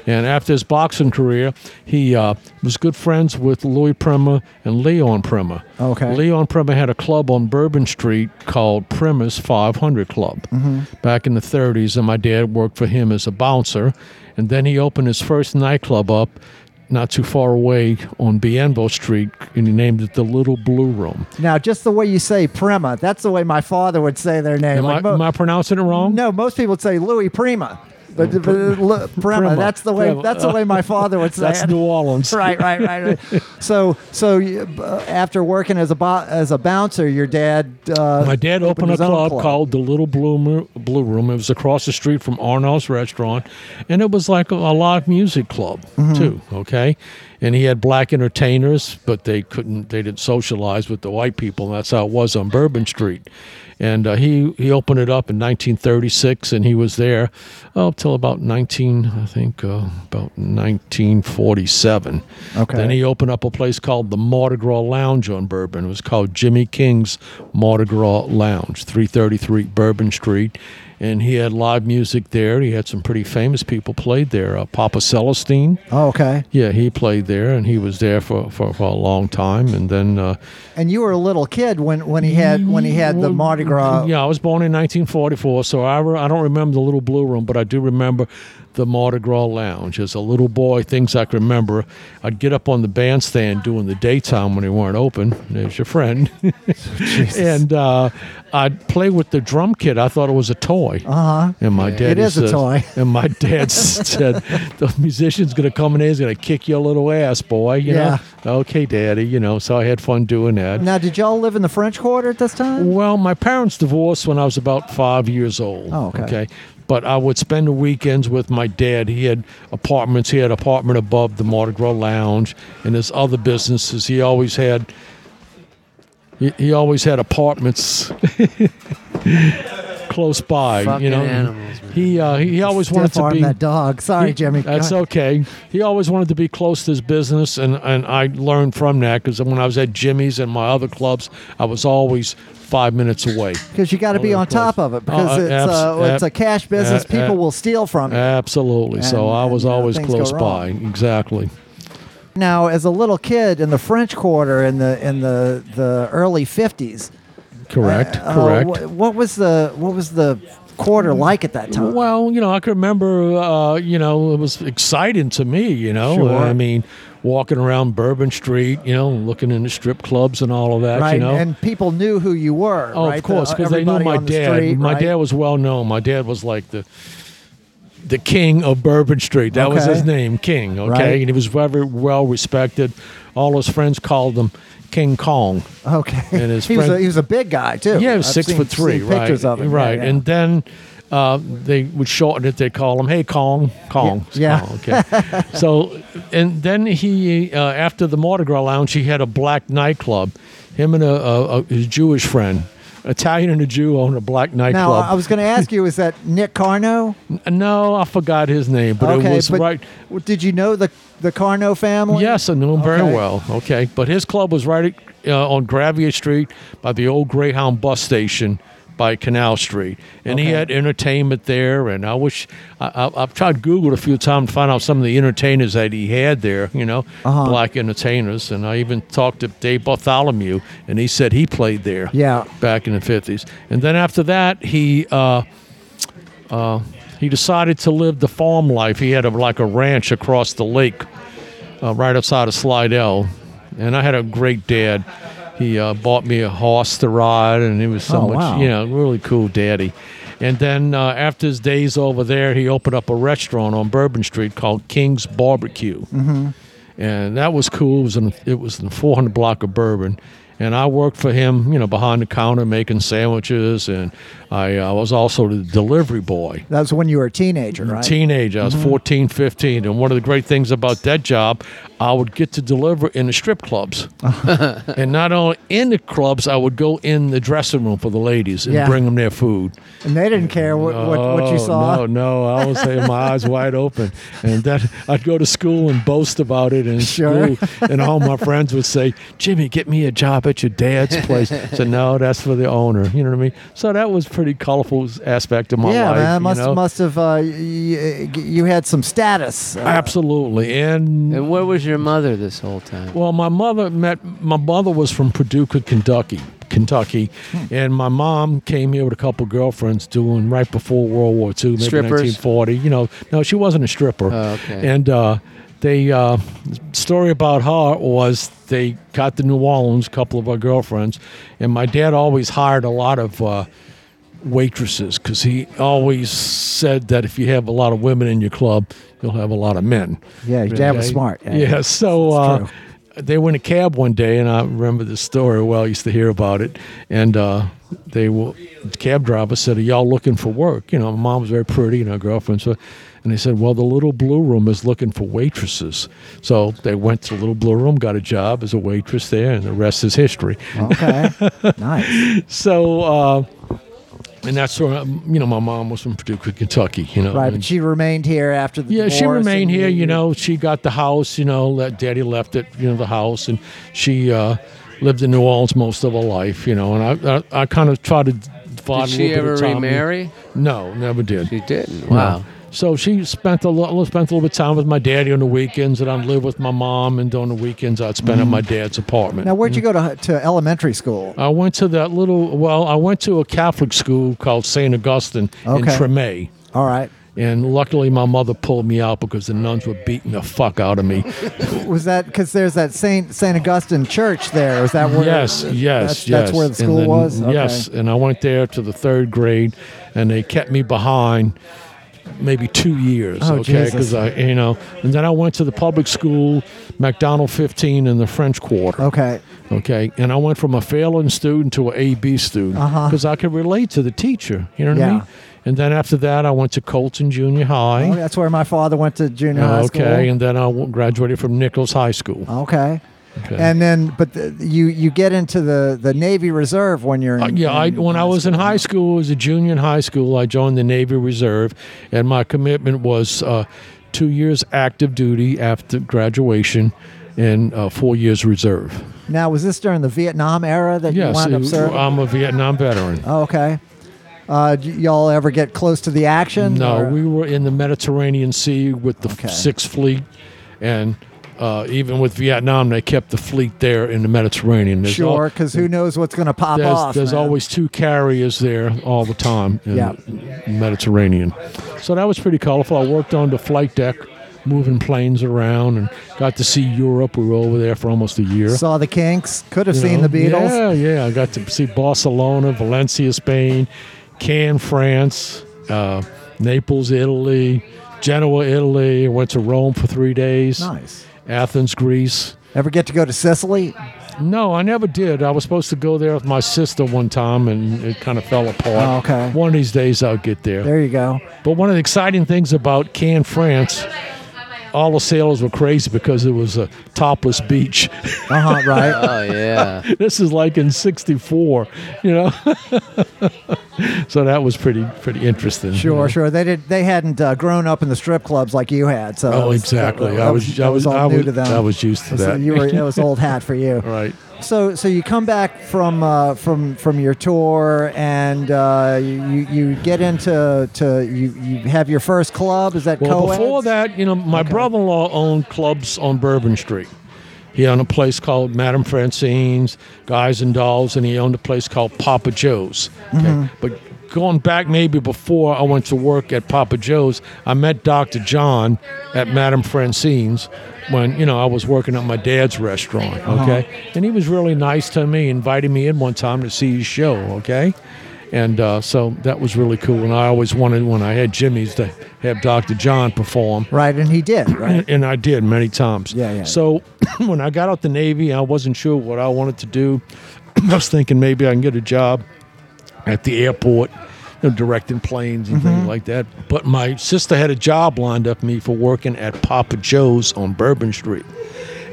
[SPEAKER 3] And after his boxing career, he uh, was good friends with Louis Prima and Leon Prima.
[SPEAKER 1] Okay.
[SPEAKER 3] Leon Prima had a club on Bourbon Street called Prima's 500 Club
[SPEAKER 1] Mm-hmm.
[SPEAKER 3] back in the 30s, and my dad worked for him as a bouncer. And then he opened his first nightclub up not too far away on Bienville Street, and he named it the Little Blue Room.
[SPEAKER 1] Now, just the way you say Prima, that's the way my father would say their name.
[SPEAKER 3] Am,
[SPEAKER 1] Like,
[SPEAKER 3] I,
[SPEAKER 1] mo-
[SPEAKER 3] am I pronouncing it wrong?
[SPEAKER 1] no, most people would say Louis Prima, but, but Prima,
[SPEAKER 3] Prima.
[SPEAKER 1] That's the way.
[SPEAKER 3] Prima.
[SPEAKER 1] That's the way my father would say
[SPEAKER 3] <laughs> That's
[SPEAKER 1] it.
[SPEAKER 3] New
[SPEAKER 1] <laughs>
[SPEAKER 3] Orleans.
[SPEAKER 1] right, right, right. right. so, so you, uh, after working as a bo- as a bouncer, your dad. Uh,
[SPEAKER 3] My dad opened,
[SPEAKER 1] his
[SPEAKER 3] a
[SPEAKER 1] own
[SPEAKER 3] club, called the Little Blue, Mo- Blue Room. It was across the street
[SPEAKER 1] Mm-hmm.
[SPEAKER 3] from Arnold's Restaurant, and it was like a, a live music club too. Okay, and he had black entertainers, but they couldn't, they didn't socialize with the white people. And that's how it was on Bourbon Street. And uh, he he opened it up in 1936, and he was there oh, up till about 19, I think, uh, about 1947.
[SPEAKER 1] Okay.
[SPEAKER 3] Then he opened up a place called the Mardi Gras Lounge on Bourbon. It was called Jimmy King's Mardi Gras Lounge, 333 Bourbon Street. And he had live music there. He had some pretty famous people played there. Uh, Papa Celestine,
[SPEAKER 1] Oh, okay.
[SPEAKER 3] yeah, he played there, and he was there for, for, for a long time. And then uh,
[SPEAKER 1] And you were a little kid when, when he had when he had the Mardi Gras.
[SPEAKER 3] Yeah, I was born in 1944, so I, re- I don't remember the little blue room, but I do remember the Mardi Gras lounge. As a little boy, things I can remember. I'd get up on the bandstand during the daytime when they weren't open. There's your friend. <laughs> and uh, I'd play with the drum kit. I thought it was a toy.
[SPEAKER 1] Uh huh.
[SPEAKER 3] And my dad
[SPEAKER 1] It is a
[SPEAKER 3] says-
[SPEAKER 1] toy.
[SPEAKER 3] And my dad <laughs> said, "The musician's gonna come in here. He's gonna kick your little ass, boy." You
[SPEAKER 1] Yeah.
[SPEAKER 3] know? Okay, daddy. You know. So I had fun doing that.
[SPEAKER 1] Now, did y'all live in the French Quarter at this time?
[SPEAKER 3] Well, my parents divorced when I was about five years old.
[SPEAKER 1] Oh, okay.
[SPEAKER 3] But I would spend the weekends with my dad. He had apartments. He had an apartment above the Mardi Gras Lounge and his other businesses. He always had. He, he always had apartments <laughs> close by.
[SPEAKER 2] Fucking
[SPEAKER 3] you know,
[SPEAKER 2] animals, man.
[SPEAKER 3] he uh, he, he always wanted
[SPEAKER 1] Stiff
[SPEAKER 3] to
[SPEAKER 1] arm
[SPEAKER 3] be
[SPEAKER 1] that dog. Sorry,
[SPEAKER 3] he-
[SPEAKER 1] Jimmy. Go
[SPEAKER 3] That's
[SPEAKER 1] ahead.
[SPEAKER 3] okay. He always wanted to be close to his business, and, and I learned from that because when I was at Jimmy's and my other clubs, I was always five minutes away.
[SPEAKER 1] because you got to be
[SPEAKER 3] Oh,
[SPEAKER 1] on
[SPEAKER 3] of course.
[SPEAKER 1] top of it because
[SPEAKER 3] Oh, uh,
[SPEAKER 1] it's
[SPEAKER 3] abs- uh,
[SPEAKER 1] uh, it's
[SPEAKER 3] ab-
[SPEAKER 1] a cash business.
[SPEAKER 3] ab-
[SPEAKER 1] People
[SPEAKER 3] ab-
[SPEAKER 1] will steal from you.
[SPEAKER 3] Absolutely. so
[SPEAKER 1] And-
[SPEAKER 3] I
[SPEAKER 1] and,
[SPEAKER 3] was
[SPEAKER 1] you know,
[SPEAKER 3] always
[SPEAKER 1] things go
[SPEAKER 3] close by.
[SPEAKER 1] wrong. Uh,
[SPEAKER 3] Exactly.
[SPEAKER 1] Now, as a little kid in the French Quarter in the in the the early fifties,
[SPEAKER 3] Correct.
[SPEAKER 1] uh,
[SPEAKER 3] Correct.
[SPEAKER 1] wh- what was the what was the quarter like at that time?
[SPEAKER 3] Well, you know, I can remember, uh, you know, it was exciting to me, you know.
[SPEAKER 1] Sure.
[SPEAKER 3] I mean, walking around Bourbon Street, you know, looking in the strip clubs and all of that,
[SPEAKER 1] right,
[SPEAKER 3] you know.
[SPEAKER 1] and people knew who you were.
[SPEAKER 3] Oh,
[SPEAKER 1] right?
[SPEAKER 3] of course,
[SPEAKER 1] The- uh,
[SPEAKER 3] because they knew
[SPEAKER 1] everybody
[SPEAKER 3] my
[SPEAKER 1] on the
[SPEAKER 3] dad.
[SPEAKER 1] street,
[SPEAKER 3] my
[SPEAKER 1] right?
[SPEAKER 3] dad was well known. My dad was like the the king of Bourbon Street. That was
[SPEAKER 1] Okay.
[SPEAKER 3] his name, King. Okay,
[SPEAKER 1] Right.
[SPEAKER 3] and he was very well respected. All his friends called him King Kong.
[SPEAKER 1] <laughs> Okay,
[SPEAKER 3] and his
[SPEAKER 1] he was a,
[SPEAKER 3] friend-
[SPEAKER 1] he was a big guy too.
[SPEAKER 3] Yeah, he was
[SPEAKER 1] I've
[SPEAKER 3] six
[SPEAKER 1] seen-
[SPEAKER 3] foot three.
[SPEAKER 1] seen
[SPEAKER 3] right,
[SPEAKER 1] Pictures of him. yeah,
[SPEAKER 3] Right,
[SPEAKER 1] yeah.
[SPEAKER 3] and then uh, they would shorten it. They would call him, "Hey Kong, Kong."
[SPEAKER 1] Yeah.
[SPEAKER 3] Kong, okay.
[SPEAKER 1] <laughs>
[SPEAKER 3] so, and then he uh, after the Mardi Gras Lounge, he had a black nightclub. Him and a, a, a his Jewish friend, Italian and a Jew, owned a black
[SPEAKER 1] now
[SPEAKER 3] nightclub.
[SPEAKER 1] I was going to ask you: Is that Nick Carno?
[SPEAKER 3] No, I forgot his name, <laughs> but
[SPEAKER 1] okay,
[SPEAKER 3] it was
[SPEAKER 1] but
[SPEAKER 3] right.
[SPEAKER 1] w- Did you know the the Carno family?
[SPEAKER 3] Yes, I knew him very
[SPEAKER 1] Okay.
[SPEAKER 3] well. Okay, but his club was right uh, on Gravier Street by the old Greyhound bus station by Canal Street, and he
[SPEAKER 1] Okay.
[SPEAKER 3] had entertainment there. And I wish I, I, I've tried Googled a few times to find out some of the entertainers that he had there. You know,
[SPEAKER 1] Uh-huh.
[SPEAKER 3] black entertainers, and I even talked to Dave Bartholomew, and he said he played there.
[SPEAKER 1] Yeah.
[SPEAKER 3] back in the fifties, and then after that he. Uh, he decided to live the farm life. He had a, like a ranch across the lake, uh, right outside of Slidell. And I had a great dad. He uh, bought me a horse to ride, and he was so
[SPEAKER 1] Oh,
[SPEAKER 3] much,
[SPEAKER 1] wow.
[SPEAKER 3] you know, really cool daddy. And then uh, after his days over there, he opened up a restaurant on Bourbon Street called King's Barbecue. Mm-hmm. And that was cool. It was, in, it was in 400 block of Bourbon. And I worked for him, you know, behind the counter making sandwiches. And I uh, was also the delivery boy
[SPEAKER 1] That was when you were a teenager, right?
[SPEAKER 3] teenager. I was
[SPEAKER 1] Mm-hmm.
[SPEAKER 3] fourteen, fifteen, 14, 15. And one of the great things about that job, I would get to deliver in the
[SPEAKER 1] <laughs>
[SPEAKER 3] strip clubs. and not only in the clubs, I would go in the dressing room for the ladies and
[SPEAKER 1] Yeah.
[SPEAKER 3] bring 'em bring them their food.
[SPEAKER 1] and they didn't care what, what, what you
[SPEAKER 3] Oh,
[SPEAKER 1] saw.
[SPEAKER 3] No, no, I was saying
[SPEAKER 1] <laughs>
[SPEAKER 3] my eyes wide open, and that I'd go to school and boast about it in
[SPEAKER 1] Sure.
[SPEAKER 3] school, and all my friends would say, "Jimmy, get me a job at your dad's place." I said, "No, that's for the owner." You know what I mean? So that was pretty colorful aspect of my
[SPEAKER 1] yeah,
[SPEAKER 3] life.
[SPEAKER 1] man,
[SPEAKER 3] you
[SPEAKER 1] must
[SPEAKER 3] know?
[SPEAKER 1] must have uh, y- y- you had some
[SPEAKER 3] <laughs>
[SPEAKER 1] status. Uh,
[SPEAKER 3] Absolutely, and
[SPEAKER 2] And where was your mother this whole time?
[SPEAKER 3] Well, my mother met. My mother was from Paducah, Kentucky, Kentucky,
[SPEAKER 1] Hmm.
[SPEAKER 3] and my mom came here with a couple girlfriends doing right before World War II, maybe
[SPEAKER 2] Strippers?
[SPEAKER 3] 1940. You know, no, she wasn't a stripper.
[SPEAKER 2] Oh, okay.
[SPEAKER 3] And uh, they uh, story about her was they got to New Orleans, a couple of our girlfriends, and my dad always hired a lot of. Uh, waitresses because he always said that if you have a lot of women in your club you'll have a lot of men
[SPEAKER 1] yeah, your dad was
[SPEAKER 3] Okay.
[SPEAKER 1] smart.
[SPEAKER 3] Yeah. so uh, they went in a cab one day, and I remember this story well. I used to hear about it, and uh, they will the cab driver said are y'all looking for work you know my mom was very pretty and her girlfriend so and they said well the little blue room is looking for waitresses so they went to the little blue room got a job as a waitress there and the rest is history
[SPEAKER 1] Okay. nice.
[SPEAKER 3] so uh, and that's where um, you know my mom was from paducah kentucky you know
[SPEAKER 1] Right,
[SPEAKER 3] and-
[SPEAKER 1] but she remained here after the
[SPEAKER 3] yeah, she
[SPEAKER 1] divorce
[SPEAKER 3] remained
[SPEAKER 1] and
[SPEAKER 3] here. You know, she got the house. You know, that daddy left it. You know, the house, and she uh, lived in New Orleans most of her life. You know, and I, I, I kind of tried to.
[SPEAKER 2] Did she ever remarry?
[SPEAKER 3] No, never did.
[SPEAKER 2] She didn't.
[SPEAKER 3] No.
[SPEAKER 2] Wow.
[SPEAKER 3] So she spent a little spent a little bit of time with my daddy on the weekends, and I'd live with my mom. And during the weekends, I'd spend at my
[SPEAKER 2] Mm.
[SPEAKER 3] dad's apartment.
[SPEAKER 1] Now, where'd you go to to elementary school?
[SPEAKER 3] I went to that little. Well, I went to a Catholic school called Saint Augustine
[SPEAKER 1] Okay.
[SPEAKER 3] in Tremay.
[SPEAKER 1] All right.
[SPEAKER 3] And luckily, my mother pulled me out because the nuns were beating the fuck out of me.
[SPEAKER 1] Was that because there's that Saint Saint Augustine Church there? Is that where?
[SPEAKER 3] yes, yes,
[SPEAKER 1] that's,
[SPEAKER 3] yes.
[SPEAKER 1] That's where the
[SPEAKER 3] And
[SPEAKER 1] school
[SPEAKER 3] then-
[SPEAKER 1] was. Okay.
[SPEAKER 3] Yes, and I went there to the third grade, and they kept me behind maybe two years.
[SPEAKER 1] Oh,
[SPEAKER 3] okay,
[SPEAKER 1] Jesus.
[SPEAKER 3] because I, you know, and then I went to the public school, McDonald 15 in the French Quarter.
[SPEAKER 1] Okay.
[SPEAKER 3] Okay, and I went from a failing student to an AB student
[SPEAKER 1] Uh-huh.
[SPEAKER 3] because I could relate to the teacher. You know what I
[SPEAKER 1] Yeah.
[SPEAKER 3] mean? And then after that, I went to Colton Junior High.
[SPEAKER 1] Oh, that's where my father went to junior high school.
[SPEAKER 3] okay, and then I w- graduated from Nichols High School.
[SPEAKER 1] Okay.
[SPEAKER 3] Okay.
[SPEAKER 1] And then, but the, you you get into the the Navy Reserve when you're in,
[SPEAKER 3] Uh, yeah, I, when I was in high school, as a junior in high school, I joined the Navy Reserve, and my commitment was uh, two years active duty after graduation and uh, four years reserve.
[SPEAKER 1] Now, was this during the Vietnam era that you
[SPEAKER 3] Yes,
[SPEAKER 1] wound up
[SPEAKER 3] it-
[SPEAKER 1] serving?
[SPEAKER 3] I'm a Vietnam veteran.
[SPEAKER 1] oh, okay. Uh, d- y'all ever get close to the action?
[SPEAKER 3] No,
[SPEAKER 1] or-
[SPEAKER 3] we were in the Mediterranean Sea with the
[SPEAKER 1] Okay.
[SPEAKER 3] Sixth Fleet, and uh, even with Vietnam, they kept the fleet there in the Mediterranean. There's
[SPEAKER 1] <laughs>
[SPEAKER 3] al-
[SPEAKER 1] sure, because who knows what's going to pop
[SPEAKER 3] there's,
[SPEAKER 1] off?
[SPEAKER 3] there's
[SPEAKER 1] man.
[SPEAKER 3] always two carriers there all the time in
[SPEAKER 1] Yeah.
[SPEAKER 3] the Mediterranean. So that was pretty colorful. I worked on the flight deck, moving planes around, and got to see Europe. We were over there for almost a year.
[SPEAKER 1] saw the Kinks, could have
[SPEAKER 3] you
[SPEAKER 1] seen
[SPEAKER 3] know.
[SPEAKER 1] the Beatles.
[SPEAKER 3] Yeah, yeah. I got to see Barcelona, Valencia, Spain, Cannes, France, uh, Naples, Italy, Genoa, Italy. Went to Rome for three days.
[SPEAKER 1] Nice.
[SPEAKER 3] Athens, Greece.
[SPEAKER 1] Ever get to go to Sicily?
[SPEAKER 3] No, I never did. I was supposed to go there with my sister one time, and it kind of fell apart.
[SPEAKER 1] Oh, okay.
[SPEAKER 3] One of these days I'll get there.
[SPEAKER 1] There you go.
[SPEAKER 3] But one of the exciting things about Cannes, France, all the sailors were crazy because it was a topless beach. <laughs>
[SPEAKER 1] Uh huh. Right.
[SPEAKER 2] Oh yeah.
[SPEAKER 3] this is like in '64, you know. <laughs> so that was pretty pretty interesting.
[SPEAKER 1] Sure, sure. They did. They hadn't uh, grown up in the strip clubs like you had. So that
[SPEAKER 3] Oh,
[SPEAKER 1] was-
[SPEAKER 3] exactly.
[SPEAKER 1] that
[SPEAKER 3] I was
[SPEAKER 1] that
[SPEAKER 3] I was
[SPEAKER 1] all
[SPEAKER 3] I
[SPEAKER 1] new
[SPEAKER 3] was,
[SPEAKER 1] to them.
[SPEAKER 3] I was used to
[SPEAKER 1] So
[SPEAKER 3] that.
[SPEAKER 1] you were that was
[SPEAKER 3] <laughs>
[SPEAKER 1] old hat for you.
[SPEAKER 3] right.
[SPEAKER 1] So so you come back from uh, from from your tour and uh, you you get into to you you have your first club. Is that
[SPEAKER 3] Well,
[SPEAKER 1] co-eds?
[SPEAKER 3] before that, you know, my brother-in-law owned clubs on Bourbon Street. He owned a place called Madame Francine's, Guys and Dolls, and he owned a place called Papa Joe's. Okay? But going back maybe before I went to work at Papa Joe's, I met Dr. John at Madame Francine's when, you know, I was working at my dad's restaurant, okay? And he was really nice to me, invited me in one time to see his show, okay? And uh, so that was really cool. And I always wanted, when I had Jimmy's, to have Dr. John perform.
[SPEAKER 1] Right, and he did. Right.
[SPEAKER 3] <clears throat> And, and I did many times.
[SPEAKER 1] Yeah, yeah.
[SPEAKER 3] So <clears throat> when I got out the Navy, I wasn't sure what I wanted to do. <clears throat> I was thinking maybe I can get a job at the airport, you know, directing planes and
[SPEAKER 1] Mm-hmm.
[SPEAKER 3] things like that. But my sister had a job lined up for me for working at Papa Joe's on Bourbon Street.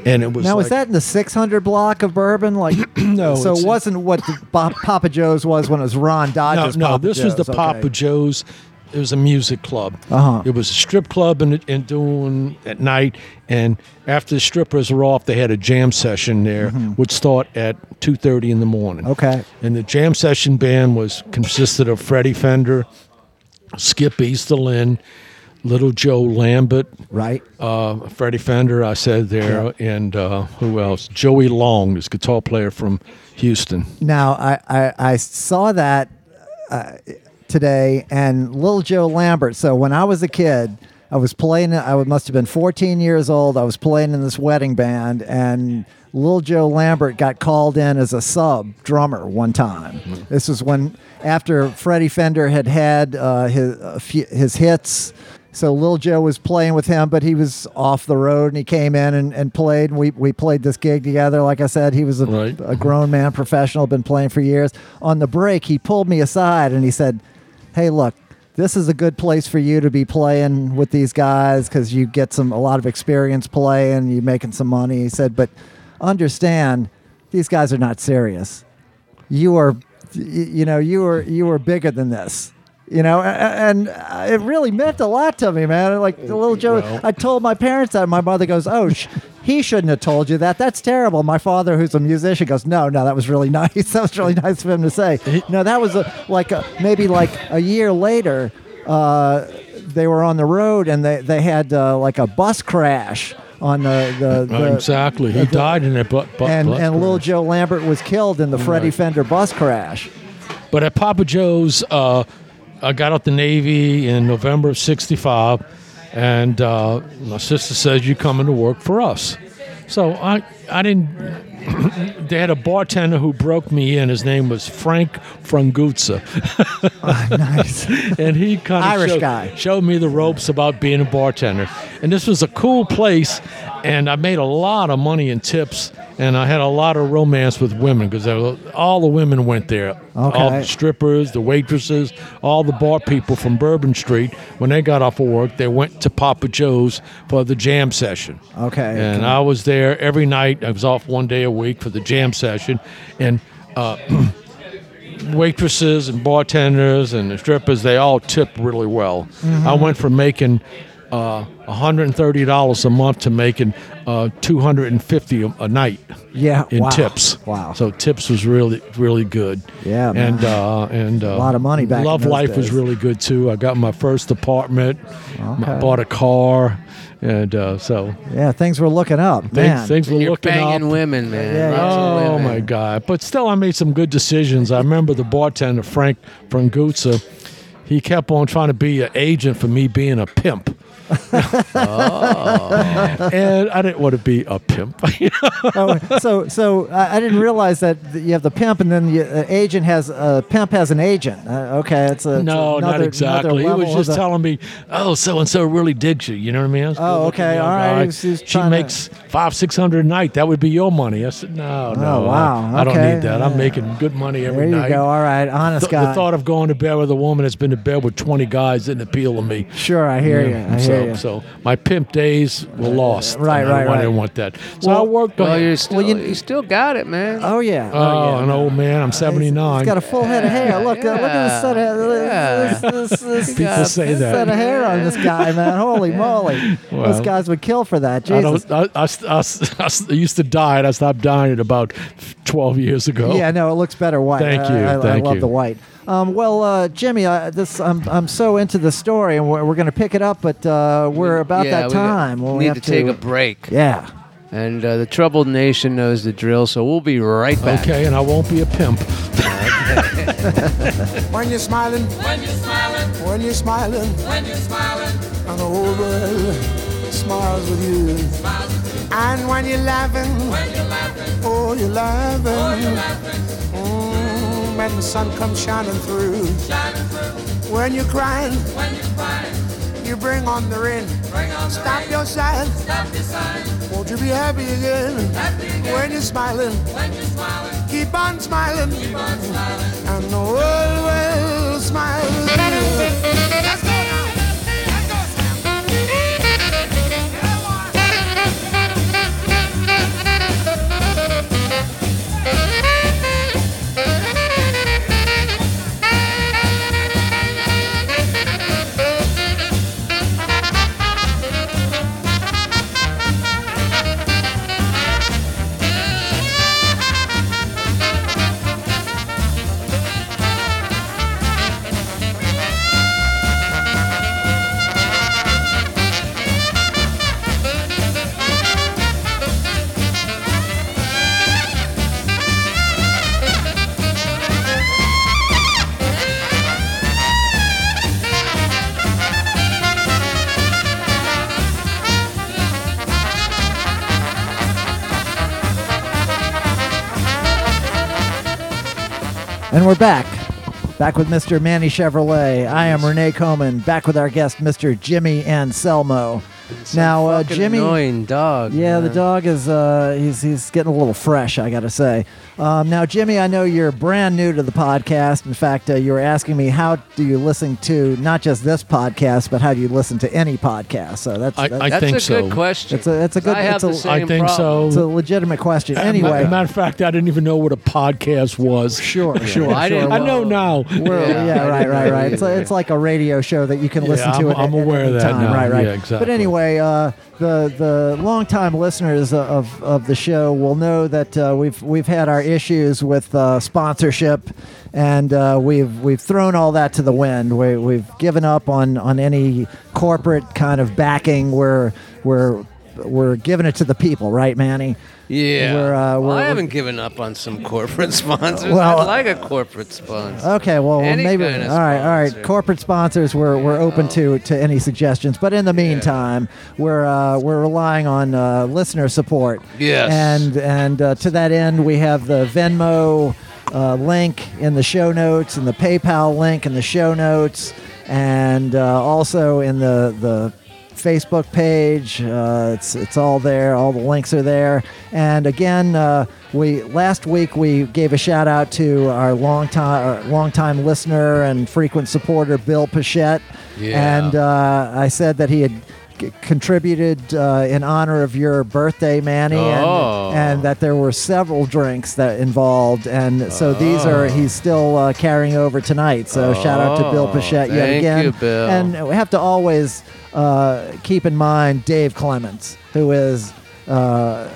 [SPEAKER 3] And it was
[SPEAKER 1] now
[SPEAKER 3] like,
[SPEAKER 1] was that in the 600 block of Bourbon? Like
[SPEAKER 3] <clears throat> No,
[SPEAKER 1] So
[SPEAKER 3] it's-
[SPEAKER 1] it wasn't what the Bo- Papa Joe's was when it was Ron
[SPEAKER 3] no,
[SPEAKER 1] Dodge's.
[SPEAKER 3] no,
[SPEAKER 1] Papa
[SPEAKER 3] this
[SPEAKER 1] Joe's.
[SPEAKER 3] was the
[SPEAKER 1] okay.
[SPEAKER 3] Papa Joe's. It was a music club.
[SPEAKER 1] Uh-huh.
[SPEAKER 3] It was a strip club and, and doing at night. And after the strippers were off, they had a jam session there, would start at two thirty in the morning.
[SPEAKER 1] Mm-hmm. Okay.
[SPEAKER 3] And the jam session band was consisted of Freddie Fender, Skip Easterlin, Little Joe Lambert,
[SPEAKER 1] Right.
[SPEAKER 3] uh, Freddie Fender. I said there, and uh, who else? Joey Long, this guitar player from Houston.
[SPEAKER 1] Now I I, I saw that uh, today and Little Joe Lambert. So when I was a kid, I was playing. I was- must have been 14 years old. I was playing in this wedding band and. Little Joe Lambert got called in as a sub drummer one time. This was when, after Freddie Fender had had uh, his a few, his hits, so Lil Joe was playing with him, but he was off the road and he came in and, and played. And we, we played this gig together. Like I said, he was a,
[SPEAKER 3] Right.
[SPEAKER 1] a grown man, professional, been playing for years. On the break, he pulled me aside and he said, Hey, look, this is a good place for you to be playing with these guys because you get some a lot of experience playing, you're making some money. He said, But understand, these guys are not serious you are y- you know you were you were bigger than this you know a- a- and uh, it really meant a lot to me man like the little joe
[SPEAKER 3] Well-
[SPEAKER 1] i told my parents that and my mother goes oh sh- he shouldn't have told you that that's terrible my father who's a musician goes no no that was really <laughs> nice that was really nice of him to say no that was a, like a, maybe like a year later uh, they were on the road and they, they had uh, like a bus crash on the, the,
[SPEAKER 3] Right,
[SPEAKER 1] the
[SPEAKER 3] exactly. He died in it, but but
[SPEAKER 1] and, and little joe lambert was killed in the freddie fender bus crash
[SPEAKER 3] But at Papa Joe's, uh, I got out the Navy in November of '65, and uh, my sister says, "You coming to work for us?" So I, I didn't. <clears throat> they had a bartender who broke me in. His name was Frank Franguzza,
[SPEAKER 1] <laughs> nice.
[SPEAKER 3] and he kind of
[SPEAKER 1] Irish
[SPEAKER 3] showed,
[SPEAKER 1] guy.
[SPEAKER 3] showed me the ropes about being a bartender. And this was a cool place, and I made a lot of money in tips, and I had a lot of romance with women because all the women went there. All
[SPEAKER 1] Okay.
[SPEAKER 3] the strippers, the waitresses, all the bar people from Bourbon Street. When they got off of work, they went to Papa Joe's for the jam session.
[SPEAKER 1] Okay.
[SPEAKER 3] And I was there every night. I was off one day a week for the jam session, and uh, <clears throat> waitresses and bartenders and the strippers, they all tip really well. I
[SPEAKER 1] Mm-hmm.
[SPEAKER 3] went from making uh, $130 a month to making uh, 250 a, a night
[SPEAKER 1] Yeah.
[SPEAKER 3] in
[SPEAKER 1] wow.
[SPEAKER 3] tips.
[SPEAKER 1] Wow.
[SPEAKER 3] So tips was really really good.
[SPEAKER 1] Yeah, man.
[SPEAKER 3] And uh, and uh, a
[SPEAKER 1] lot of money back in
[SPEAKER 3] Love
[SPEAKER 1] those
[SPEAKER 3] life was
[SPEAKER 1] days.
[SPEAKER 3] really good too. I got my first apartment,
[SPEAKER 1] Okay.
[SPEAKER 3] bought a car, and uh, so
[SPEAKER 1] yeah, things were looking up, man.
[SPEAKER 3] things, things were
[SPEAKER 2] You're
[SPEAKER 3] looking up.
[SPEAKER 2] banging women, man.
[SPEAKER 1] Yeah,
[SPEAKER 2] Lots of
[SPEAKER 3] Oh
[SPEAKER 2] women.
[SPEAKER 3] my God! But still, I made some good decisions. I remember the bartender Frank Franguzza. He kept on trying to be an agent for me being a pimp. <laughs> and I didn't want to be a pimp.
[SPEAKER 1] <laughs>
[SPEAKER 3] <laughs>
[SPEAKER 1] oh, so, so I, I didn't realize that you have the pimp, and then you, uh, agent has uh, pimp has an agent. Uh, okay, it's a it's
[SPEAKER 3] no,
[SPEAKER 1] another,
[SPEAKER 3] not
[SPEAKER 1] another
[SPEAKER 3] exactly. He
[SPEAKER 1] level
[SPEAKER 3] was
[SPEAKER 1] of
[SPEAKER 3] just
[SPEAKER 1] the-
[SPEAKER 3] telling me, "Oh, so and so really digs you." You know what I mean? I was
[SPEAKER 1] Oh,
[SPEAKER 3] good-looking
[SPEAKER 1] okay,
[SPEAKER 3] young
[SPEAKER 1] all right.
[SPEAKER 3] guy.
[SPEAKER 1] He was- he was
[SPEAKER 3] she
[SPEAKER 1] trying to-
[SPEAKER 3] makes five, six hundred a night. That would be your money. I said, "No, no, I-
[SPEAKER 1] Oh, wow,
[SPEAKER 3] I,
[SPEAKER 1] okay,
[SPEAKER 3] don't need that. I'm
[SPEAKER 1] yeah.
[SPEAKER 3] making good money every
[SPEAKER 1] There you
[SPEAKER 3] night."
[SPEAKER 1] go. All right, honest
[SPEAKER 3] Th-
[SPEAKER 1] guy.
[SPEAKER 3] The thought of going to bed with a woman that's been to bed with 20 guys didn't appeal to me.
[SPEAKER 1] sure, I hear you. I hear
[SPEAKER 3] so,
[SPEAKER 1] you.
[SPEAKER 3] so my pimp days were lost.
[SPEAKER 1] Right,
[SPEAKER 3] and I
[SPEAKER 1] right,
[SPEAKER 3] didn't- I
[SPEAKER 1] right.
[SPEAKER 3] didn't want that. So I
[SPEAKER 1] Well-
[SPEAKER 3] worked on.
[SPEAKER 2] Well, you're still,
[SPEAKER 1] you-
[SPEAKER 2] you, still got it, man.
[SPEAKER 1] oh yeah.
[SPEAKER 3] oh,
[SPEAKER 1] yeah.
[SPEAKER 3] an old man. I'm 79.
[SPEAKER 1] He's got a full head of hair. Look, uh, look at this set of
[SPEAKER 2] Yeah.
[SPEAKER 1] this, this, this,
[SPEAKER 2] People
[SPEAKER 1] this
[SPEAKER 3] say that.
[SPEAKER 1] set of hair on this guy, man. Holy moly, those
[SPEAKER 3] Well.
[SPEAKER 1] guys would kill for that.
[SPEAKER 3] I,
[SPEAKER 1] Jesus.
[SPEAKER 3] don't, I, I, I, I used to diet. I stopped dieting about 12 years ago.
[SPEAKER 1] Yeah, no, it looks better white.
[SPEAKER 3] Oh. Thank
[SPEAKER 1] I-
[SPEAKER 3] you,
[SPEAKER 1] I, I,
[SPEAKER 3] thank
[SPEAKER 1] love
[SPEAKER 3] you.
[SPEAKER 1] the white. Um, well, uh, Jimmy, I, this I'm, I'm so into the story, and we're, we're going to pick it up, but uh, we're about
[SPEAKER 2] Yeah,
[SPEAKER 1] that
[SPEAKER 2] we got-
[SPEAKER 1] time. when
[SPEAKER 2] We
[SPEAKER 1] we
[SPEAKER 2] need
[SPEAKER 1] have
[SPEAKER 2] to take a break.
[SPEAKER 1] Yeah.
[SPEAKER 2] And uh, the troubled nation knows the drill, so we'll be right back.
[SPEAKER 3] Okay, and I won't be a pimp.
[SPEAKER 4] When you're smiling,
[SPEAKER 5] When you're smiling,
[SPEAKER 4] when you're smiling,
[SPEAKER 5] when you're smiling,
[SPEAKER 4] and the whole world smiles with you. And when you're laughing,
[SPEAKER 5] when you're laughing,
[SPEAKER 4] oh, you're laughing.
[SPEAKER 5] when you're laughing,
[SPEAKER 4] Mm, when the sun comes shining through.
[SPEAKER 5] shining through.
[SPEAKER 4] When you're crying,
[SPEAKER 5] When you're crying,
[SPEAKER 4] you bring on the rain.
[SPEAKER 5] bring on the
[SPEAKER 4] Stop
[SPEAKER 5] rain.
[SPEAKER 4] your sighing,
[SPEAKER 5] Stop your sighing,
[SPEAKER 4] won't you be happy again?
[SPEAKER 5] happy again.
[SPEAKER 4] When you're smiling,
[SPEAKER 5] When you're smiling,
[SPEAKER 4] keep on smiling,
[SPEAKER 5] keep on smiling.
[SPEAKER 4] and the whole world smiles with you.
[SPEAKER 5] Let's go now. Let's go, Sam. Come on.
[SPEAKER 1] And we're back. Back with Mr. Manny Chevrolet. I am Renee Coman. Back with our guest, Mr. Jimmy Anselmo. now, uh,
[SPEAKER 2] Fucking
[SPEAKER 1] Jimmy.
[SPEAKER 2] annoying dog.
[SPEAKER 1] Yeah, the
[SPEAKER 2] man.
[SPEAKER 1] dog is uh, he's he's getting a little fresh, I gotta say. Um, now, Jimmy, I know you're brand new to the podcast. In fact, uh, you were asking me how do you listen to not just this podcast, but how do you listen to any podcast? So that's,
[SPEAKER 3] I-
[SPEAKER 1] that's
[SPEAKER 3] I-
[SPEAKER 2] That's
[SPEAKER 3] think
[SPEAKER 2] a
[SPEAKER 3] so.
[SPEAKER 2] good question.
[SPEAKER 1] It's a- it's a good-
[SPEAKER 2] I have
[SPEAKER 1] it's a-
[SPEAKER 2] the same
[SPEAKER 3] I think
[SPEAKER 2] problem.
[SPEAKER 1] it's a
[SPEAKER 3] so.
[SPEAKER 1] legitimate
[SPEAKER 3] <laughs>
[SPEAKER 1] question.
[SPEAKER 3] As a
[SPEAKER 1] Anyway,
[SPEAKER 3] matter of fact, I didn't even know what a podcast was. <laughs>
[SPEAKER 1] sure, sure.
[SPEAKER 2] I
[SPEAKER 1] sure.
[SPEAKER 2] didn't-
[SPEAKER 3] I know now.
[SPEAKER 1] We're- yeah.
[SPEAKER 2] Yeah.
[SPEAKER 1] right, right, right. It's, a, it's like a radio show that you can
[SPEAKER 3] Yeah,
[SPEAKER 1] listen to.
[SPEAKER 3] I'm-
[SPEAKER 1] it at-
[SPEAKER 3] I'm
[SPEAKER 1] at
[SPEAKER 3] aware
[SPEAKER 1] any
[SPEAKER 3] of that
[SPEAKER 1] time.
[SPEAKER 3] now.
[SPEAKER 1] Right, right.
[SPEAKER 3] Yeah, exactly.
[SPEAKER 1] But anyway, uh, the the longtime listeners of of the show will know that uh, we've we've had our issues with uh, sponsorship, and uh, we've we've thrown all that to the wind. We, we've given up on on any corporate kind of backing. We're we're we're giving it to the people, right, Manny?
[SPEAKER 2] Yeah.
[SPEAKER 1] We're, uh,
[SPEAKER 2] Well,
[SPEAKER 1] we're-
[SPEAKER 2] I haven't given up on some corporate <laughs> sponsors.
[SPEAKER 1] Well, uh,
[SPEAKER 2] I like a corporate sponsor.
[SPEAKER 1] Okay, well, well,
[SPEAKER 2] Any
[SPEAKER 1] maybe.
[SPEAKER 2] kind of
[SPEAKER 1] all right, all right.
[SPEAKER 2] sponsor.
[SPEAKER 1] Corporate sponsors, we're, we're open to, to any suggestions. But in the meantime, we're uh, we're relying on uh, listener support.
[SPEAKER 2] Yes.
[SPEAKER 1] And and uh, to that end, we have the Venmo uh, link in the show notes, and the PayPal link in the show notes, and uh, also in the the Facebook page. Uh, it's it's all there. All the links are there. And again, uh, we last week we gave a shout out to our long time long time listener and frequent supporter Bill Pichette.
[SPEAKER 2] Yeah.
[SPEAKER 1] And uh, I said that he had. c- Contributed uh, in honor of your birthday, Manny,
[SPEAKER 2] Oh.
[SPEAKER 1] and, and that there were several drinks that involved, and so these are he's still uh, carrying over tonight. So shout out to Bill
[SPEAKER 2] Oh,
[SPEAKER 1] Pichette yet
[SPEAKER 2] thank
[SPEAKER 1] again,
[SPEAKER 2] you, Bill.
[SPEAKER 1] and we have to always uh, keep in mind Dave Clements, who is uh,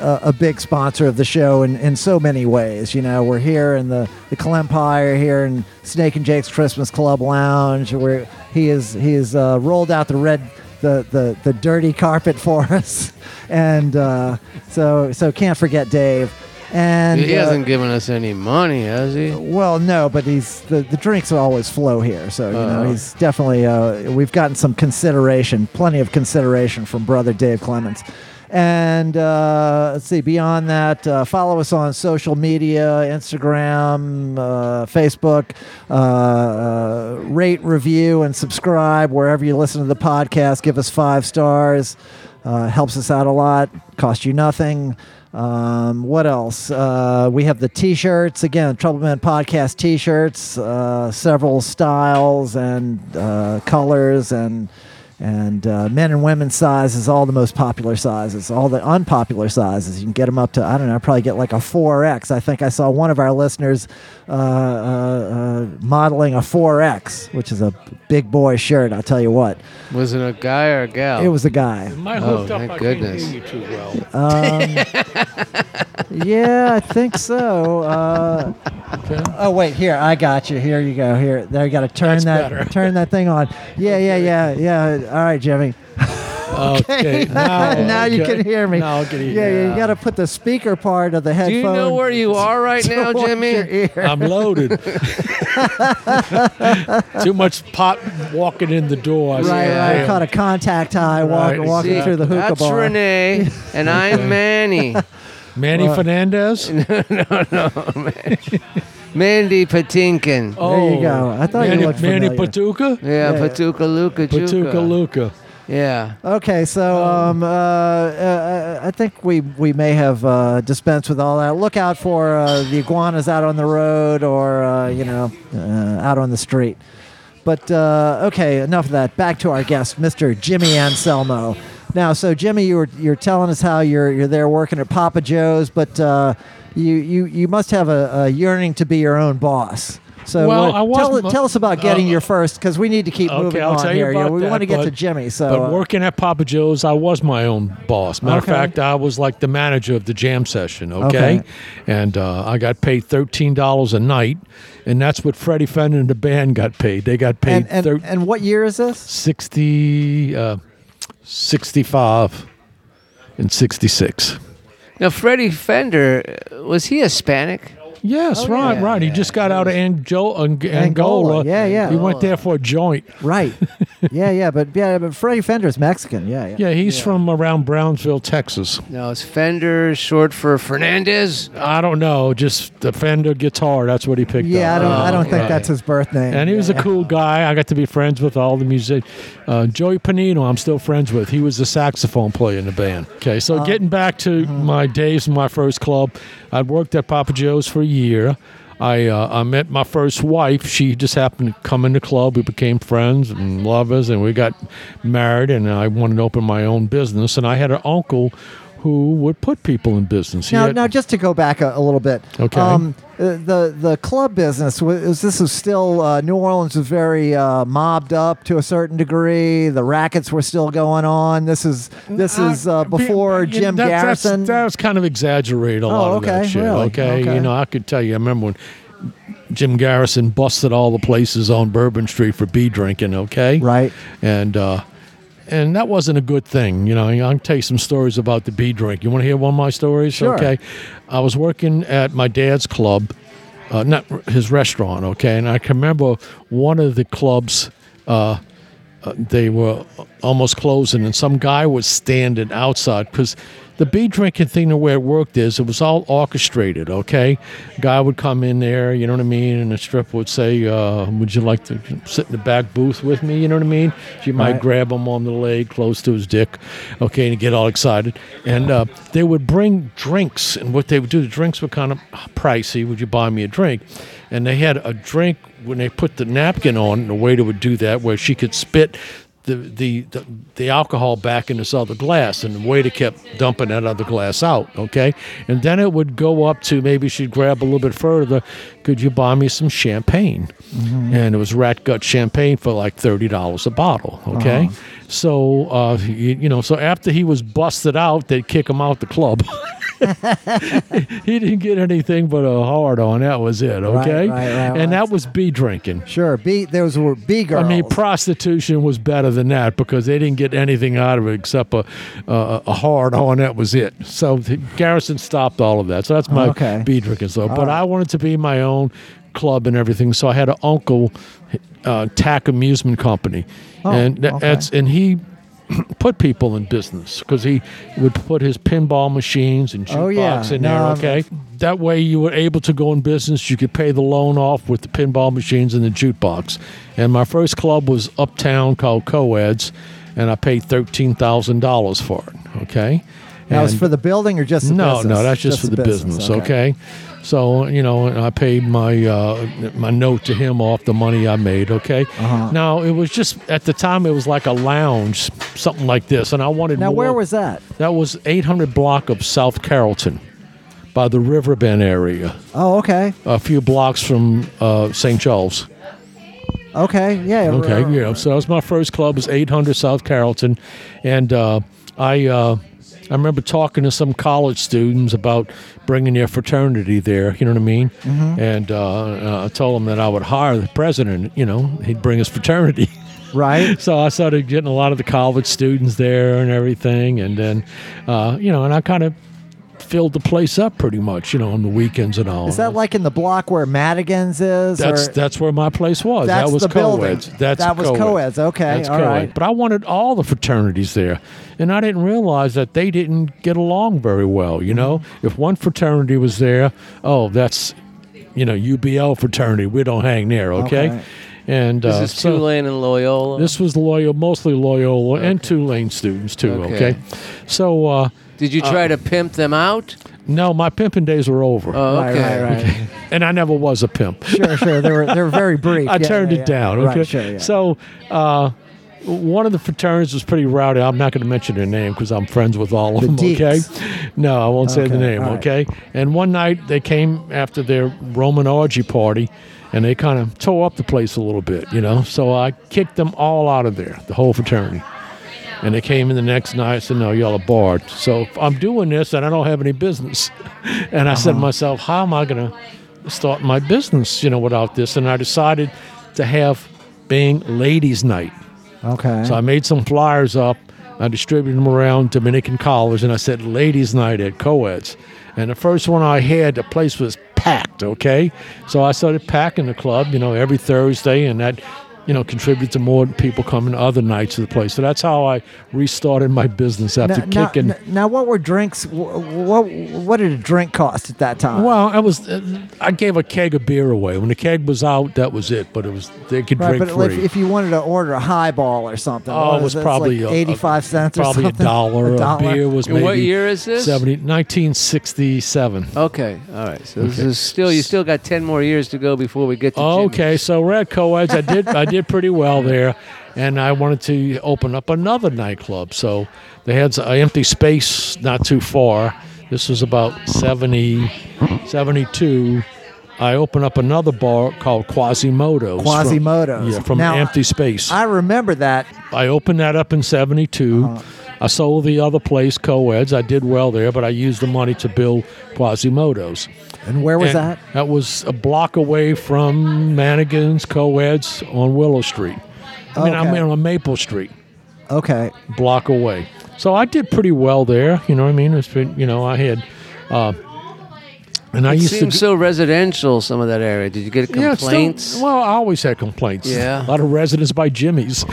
[SPEAKER 1] a, a big sponsor of the show in, in so many ways. You know, we're here in the the Clempire, here in Snake and Jake's Christmas Club Lounge, where he is he is uh, rolled out the red. The, the, the dirty carpet for <laughs> us, and uh, so so can't forget Dave, and
[SPEAKER 2] He
[SPEAKER 1] uh,
[SPEAKER 2] hasn't given us any money, has he?
[SPEAKER 1] well, no, but he's the, the drinks will always flow here, so you know he's definitely. Uh, we've gotten some consideration, plenty of consideration from brother Dave Clements. And uh, let's see. Beyond that, uh, follow us on social media: Instagram, uh, Facebook. Uh, uh, rate, review, and subscribe wherever you listen to the podcast. Give us five stars. Uh, helps us out a lot. Cost you nothing. Um, what else? Uh, we have the t-shirts again. Troubleman podcast t-shirts, uh, several styles and uh, colors, and and uh, men and women sizes. All the most popular sizes. All the unpopular sizes. You can get them up to I don't know. Probably get like a four X. I think I saw one of our listeners uh, uh, uh, modeling a four X, which is a big boy shirt. I'll tell you what.
[SPEAKER 2] Was it a guy or a gal?
[SPEAKER 1] It was a guy.
[SPEAKER 3] My
[SPEAKER 2] Oh, hooked up, thank I can't hear goodness.
[SPEAKER 3] you too well.
[SPEAKER 1] yeah, I think so. Uh, oh wait, here I got you. Here you go. Here, there. You got to turn
[SPEAKER 3] That's
[SPEAKER 1] that
[SPEAKER 3] better.
[SPEAKER 1] turn that thing
[SPEAKER 3] <laughs>
[SPEAKER 1] on. Yeah, yeah, yeah, yeah. All right, Jimmy.
[SPEAKER 3] Okay. Now,
[SPEAKER 1] <laughs> now you
[SPEAKER 3] okay.
[SPEAKER 1] can hear me.
[SPEAKER 3] Now I can hear
[SPEAKER 1] yeah, yeah, you
[SPEAKER 3] you.
[SPEAKER 1] got to put the speaker part of the
[SPEAKER 2] Do
[SPEAKER 1] headphone.
[SPEAKER 2] you know where you
[SPEAKER 1] <laughs>
[SPEAKER 2] are right now,
[SPEAKER 1] towards your
[SPEAKER 2] Jimmy?
[SPEAKER 1] ear. <laughs>
[SPEAKER 3] I'm loaded. Too much pot walking in the door. I
[SPEAKER 1] Right,
[SPEAKER 3] said,
[SPEAKER 1] right.
[SPEAKER 3] "Damn."
[SPEAKER 1] Caught a contact high walk,
[SPEAKER 3] Right,
[SPEAKER 1] walking
[SPEAKER 3] exactly.
[SPEAKER 1] through the hookah
[SPEAKER 2] That's
[SPEAKER 1] bar. <laughs>
[SPEAKER 2] Renee, and I'm Manny.
[SPEAKER 3] Manny
[SPEAKER 1] <laughs>
[SPEAKER 3] Fernandez.
[SPEAKER 2] Mandy Patinkin.
[SPEAKER 1] There you go. I thought you
[SPEAKER 3] Oh. Manny,
[SPEAKER 1] looked
[SPEAKER 3] Manny
[SPEAKER 1] familiar.
[SPEAKER 3] Patuca.
[SPEAKER 2] Yeah,
[SPEAKER 1] yeah.
[SPEAKER 2] Patuka Luka
[SPEAKER 3] Patuca Luca.
[SPEAKER 2] Yeah.
[SPEAKER 1] Okay, so um, uh, uh, I think we we may have uh, dispensed with all that. Look out for uh, the iguanas out on the road, or uh, you know, uh, out on the street. But uh, okay, enough of that. Back to our guest, Mr. Jimmy Anselmo. Now, so Jimmy, you were you're telling us how you're you're there working at Papa Joe's, but uh, you you you must have a, a yearning to be your own boss. So
[SPEAKER 3] Well,
[SPEAKER 1] what-
[SPEAKER 3] I was
[SPEAKER 1] tell,
[SPEAKER 3] mo-
[SPEAKER 1] tell us about getting
[SPEAKER 3] uh,
[SPEAKER 1] your first, because we need to keep
[SPEAKER 3] Okay,
[SPEAKER 1] moving
[SPEAKER 3] I'll
[SPEAKER 1] on
[SPEAKER 3] tell you
[SPEAKER 1] here.
[SPEAKER 3] about
[SPEAKER 1] we
[SPEAKER 3] that,
[SPEAKER 1] want to get to
[SPEAKER 3] but-
[SPEAKER 1] Jimmy. So
[SPEAKER 3] but
[SPEAKER 1] uh,
[SPEAKER 3] working at Papa Joe's, I was my own boss. Matter
[SPEAKER 1] Okay.
[SPEAKER 3] of fact, I was like the manager of the jam session. Okay,
[SPEAKER 1] Okay.
[SPEAKER 3] and uh, I got paid thirteen dollars a night, and that's what Freddie Fender and the band got paid. They got paid
[SPEAKER 1] and, and,
[SPEAKER 3] thir-
[SPEAKER 1] and what year is this?
[SPEAKER 3] 60, uh, 65 and sixty six.
[SPEAKER 2] Now, Freddie Fender, uh, was he Hispanic?
[SPEAKER 3] Yes,
[SPEAKER 1] Oh,
[SPEAKER 3] right,
[SPEAKER 1] yeah.
[SPEAKER 3] right. He just got out of Ango- Ang- Angola.
[SPEAKER 1] Angola, yeah, yeah.
[SPEAKER 3] He went there for a joint. <laughs>
[SPEAKER 1] Right. yeah, yeah, but yeah, but Freddie Fender's Mexican. Yeah, yeah.
[SPEAKER 3] Yeah, he's from around Brownsville, Texas.
[SPEAKER 2] No, it's Fender, short for Fernandez.
[SPEAKER 3] I don't know, just the Fender guitar. That's what he picked
[SPEAKER 1] Yeah, I
[SPEAKER 3] up. Uh,
[SPEAKER 1] don't. I don't think
[SPEAKER 2] right.
[SPEAKER 1] that's his birth name.
[SPEAKER 3] And he was a cool guy. I got to be friends with all the music. Uh, Joey Panino, I'm still friends with. He was the saxophone player in the band. Okay, so
[SPEAKER 1] Oh.
[SPEAKER 3] getting back to
[SPEAKER 1] Mm-hmm.
[SPEAKER 3] my days in my first club, I'd worked at Papa Joe's for a year. I, uh, I met my first wife. She just happened to come in the club. We became friends and lovers, and we got married. And I wanted to open my own business. And I had an uncle who would put people in business. He
[SPEAKER 1] Now,
[SPEAKER 3] had-
[SPEAKER 1] now, just to go back a, a little bit.
[SPEAKER 3] Okay.
[SPEAKER 1] uh, the the club business was this was still uh, New Orleans was very uh, mobbed up to a certain degree. The rackets were still going on. This is this is uh,
[SPEAKER 3] be-
[SPEAKER 1] before
[SPEAKER 3] be-
[SPEAKER 1] Jim
[SPEAKER 3] that- that's-
[SPEAKER 1] Garrison. Oh,
[SPEAKER 3] That was kind of exaggerated a lot of that
[SPEAKER 1] okay,
[SPEAKER 3] shit.
[SPEAKER 1] really?
[SPEAKER 3] Okay?
[SPEAKER 1] Okay.
[SPEAKER 3] you know, I could tell you. I remember when Jim Garrison busted all the places on Bourbon Street for bee drinking. Okay,
[SPEAKER 1] Right.
[SPEAKER 3] and uh, and that wasn't a good thing. You know, I can tell you some stories about the bee drink. You want to hear one of my stories?
[SPEAKER 1] Sure.
[SPEAKER 3] Okay, I was working at my dad's club, uh, not r- his restaurant. Okay, and I can remember one of the clubs. Uh, uh, they were almost closing, and some guy was standing outside because the beer drinking thing the way it worked is it was all orchestrated. Okay, guy would come in there, you know what I mean, and the stripper would say, uh, "Would you like to sit in the back booth with me?" You know what I mean. She might
[SPEAKER 1] Right.
[SPEAKER 3] grab him on the leg, close to his dick, okay, and get all excited. And uh, they would bring drinks, and what they would do, the drinks were kind of pricey. Would you buy me a drink? And they had a drink when they put the napkin on. The waiter would do that, where she could spit the the, the, the alcohol back in this other glass, and the waiter kept dumping that other glass out. Okay, and then it would go up to maybe she'd grab a little bit further. Could you buy me some champagne?
[SPEAKER 1] Mm-hmm.
[SPEAKER 3] And it was rat gut champagne for like thirty dollars a bottle. Okay,
[SPEAKER 1] Uh-huh.
[SPEAKER 3] so uh, you, you know, so after he was busted out, they'd kick him out the club. <laughs> he didn't get anything but a hard on. That was it.
[SPEAKER 1] right,
[SPEAKER 3] Okay,
[SPEAKER 1] right,
[SPEAKER 3] and
[SPEAKER 1] right.
[SPEAKER 3] that was bee drinking.
[SPEAKER 1] sure. B those were B girls.
[SPEAKER 3] I mean, prostitution was better than that because they didn't get anything out of it except a, a, a hard on. That was it. So the- Garrison stopped all of that. So that's my
[SPEAKER 1] Okay.
[SPEAKER 3] beer drinking stuff. but
[SPEAKER 1] right.
[SPEAKER 3] I wanted to be my own club and everything. So I had an uncle, uh, Tack Amusement Company,
[SPEAKER 1] Oh,
[SPEAKER 3] and tha-
[SPEAKER 1] okay.
[SPEAKER 3] that's and he. Put people in business because he would put his pinball machines and jukebox
[SPEAKER 1] Oh, yeah.
[SPEAKER 3] in there.
[SPEAKER 1] No, I'm-
[SPEAKER 3] okay, that way you were able to go in business. You could pay the loan off with the pinball machines and the jukebox. And my first club was uptown called Coeds, and I paid thirteen thousand dollars for it. Okay,
[SPEAKER 1] that was
[SPEAKER 3] And-
[SPEAKER 1] for the building or just the
[SPEAKER 3] no,
[SPEAKER 1] business?
[SPEAKER 3] no, that's just, for the business. okay. So you know, and I paid my uh, my note to him off the money I made. Okay.
[SPEAKER 1] Uh-huh.
[SPEAKER 3] Now it was just at the time it was like a lounge, something like this, and I wanted
[SPEAKER 1] Now
[SPEAKER 3] more-
[SPEAKER 1] where was that?
[SPEAKER 3] that was 800 block of South Carrollton, by the Riverbend area,
[SPEAKER 1] Oh, okay,
[SPEAKER 3] a few blocks from uh, St. Charles.
[SPEAKER 1] okay, yeah,
[SPEAKER 3] Okay, yeah. So that was my first club. Was 800 South Carrollton, and uh, I uh, I remember talking to some college students about bringing their fraternity there. You know what I mean?
[SPEAKER 1] Mm-hmm.
[SPEAKER 3] And uh, I told them that I would hire the president. You know, he'd bring his fraternity. <laughs>
[SPEAKER 1] right.
[SPEAKER 3] so I started getting a lot of the college students there and everything, and then uh, you know, and I kind of filled the place up pretty much. You know, on the weekends and all.
[SPEAKER 1] Is that like in the block where Madigan's is?
[SPEAKER 3] That's
[SPEAKER 1] or?
[SPEAKER 3] that's where my place was.
[SPEAKER 1] That's
[SPEAKER 3] that was
[SPEAKER 1] the
[SPEAKER 3] co
[SPEAKER 1] building.
[SPEAKER 3] eds. That's
[SPEAKER 1] That was co-eds. Okay,
[SPEAKER 3] That's
[SPEAKER 1] all
[SPEAKER 3] co-ed.
[SPEAKER 1] right.
[SPEAKER 3] But I wanted all the fraternities there, and I didn't realize that they didn't get along very well. You know,
[SPEAKER 1] Mm-hmm.
[SPEAKER 3] if one fraternity was there, oh, that's you know UBL fraternity. We don't hang there. Okay.
[SPEAKER 1] Okay.
[SPEAKER 3] And
[SPEAKER 2] This
[SPEAKER 3] uh,
[SPEAKER 2] is
[SPEAKER 3] so-
[SPEAKER 2] Tulane and Loyola.
[SPEAKER 3] This was Loyola, mostly Loyola and Tulane students too. Okay.
[SPEAKER 2] Okay.
[SPEAKER 3] So uh,
[SPEAKER 2] Did you try to pimp them out?
[SPEAKER 3] no, my pimping days were over,
[SPEAKER 2] Oh,
[SPEAKER 1] Right,
[SPEAKER 2] okay.
[SPEAKER 1] right, right.
[SPEAKER 3] <laughs> and I never was a pimp.
[SPEAKER 1] Sure, sure. They were they were very brief.
[SPEAKER 3] I
[SPEAKER 1] Yeah,
[SPEAKER 3] turned
[SPEAKER 1] yeah,
[SPEAKER 3] it
[SPEAKER 1] yeah.
[SPEAKER 3] down. Okay.
[SPEAKER 1] Right, sure, yeah.
[SPEAKER 3] So, uh, one of the fraternities was pretty rowdy. I'm not going to mention their name because I'm friends with all of
[SPEAKER 1] The
[SPEAKER 3] them.
[SPEAKER 1] Deeks.
[SPEAKER 3] Okay. No, I won't say the
[SPEAKER 1] Okay,
[SPEAKER 3] name.
[SPEAKER 1] all right.
[SPEAKER 3] Okay. And one night they came after their Roman orgy party, and they kind of tore up the place a little bit. You know. So I kicked them all out of there, the whole fraternity. And they came in the next night and said, No, y'all are barred. So I'm doing this and I don't have any business. <laughs> And I said
[SPEAKER 1] Uh-huh.
[SPEAKER 3] to myself, How am I going to start my business, you know, without this? And I decided to have Bing Ladies Night.
[SPEAKER 1] Okay.
[SPEAKER 3] So I made some flyers up I distributed them around Dominican college, and I said ladies' night at co-eds. And the first one I had, the place was packed. Okay, so I started packing the club, you know, every Thursday, and that, you know, contributed to more people coming other nights to the place. So that's how I restarted my business after
[SPEAKER 1] now,
[SPEAKER 3] kicking.
[SPEAKER 1] now- now what were drinks? wh- What what did a drink cost at that time?
[SPEAKER 3] Well, I was uh, I gave a keg of beer away. When the keg was out, that was it. But it was they could
[SPEAKER 1] right,
[SPEAKER 3] drink
[SPEAKER 1] but like,
[SPEAKER 3] free.
[SPEAKER 1] if you wanted to order a highball or something,
[SPEAKER 3] oh,
[SPEAKER 1] what
[SPEAKER 3] it was
[SPEAKER 1] that? It's
[SPEAKER 3] probably
[SPEAKER 1] like
[SPEAKER 3] a- a-
[SPEAKER 1] eighty-five cents or
[SPEAKER 3] probably
[SPEAKER 1] something.
[SPEAKER 3] a dollar.
[SPEAKER 1] A dollar.
[SPEAKER 3] beer was
[SPEAKER 2] And
[SPEAKER 3] maybe
[SPEAKER 2] what year is this?
[SPEAKER 3] 70, 1967.
[SPEAKER 2] Okay, all right. So this is still you still got ten more years to go before we get to.
[SPEAKER 3] Okay, so we're at Coeds. I did I did pretty well there, and I wanted to open up another nightclub. So they had an empty space not too far. This was about 70, 72. I opened up another bar called Quasimodo's. from-
[SPEAKER 1] Quasimodo's.
[SPEAKER 3] yeah, from
[SPEAKER 1] Now,
[SPEAKER 3] empty space.
[SPEAKER 1] I remember that.
[SPEAKER 3] I opened that up in 72.
[SPEAKER 1] Uh-huh.
[SPEAKER 3] I sold the other place, Coeds. I did well there, but I used the money to build Quasimodo's.
[SPEAKER 1] And where was
[SPEAKER 3] And
[SPEAKER 1] that?
[SPEAKER 3] That was a block away from Manigan's Coeds on Willow Street. I mean, I'm
[SPEAKER 1] Okay.
[SPEAKER 3] on Maple Street,
[SPEAKER 1] Okay.
[SPEAKER 3] block away. So I did pretty well there. You know what I mean? It's been, you know, I had, uh, and I
[SPEAKER 2] It
[SPEAKER 3] used to.
[SPEAKER 2] seems
[SPEAKER 3] g-
[SPEAKER 2] so residential. Some of that area. Did you get
[SPEAKER 3] Yeah, it's still-
[SPEAKER 2] complaints?
[SPEAKER 3] well, I always had complaints.
[SPEAKER 2] Yeah.
[SPEAKER 3] A lot of residents by Jimmy's.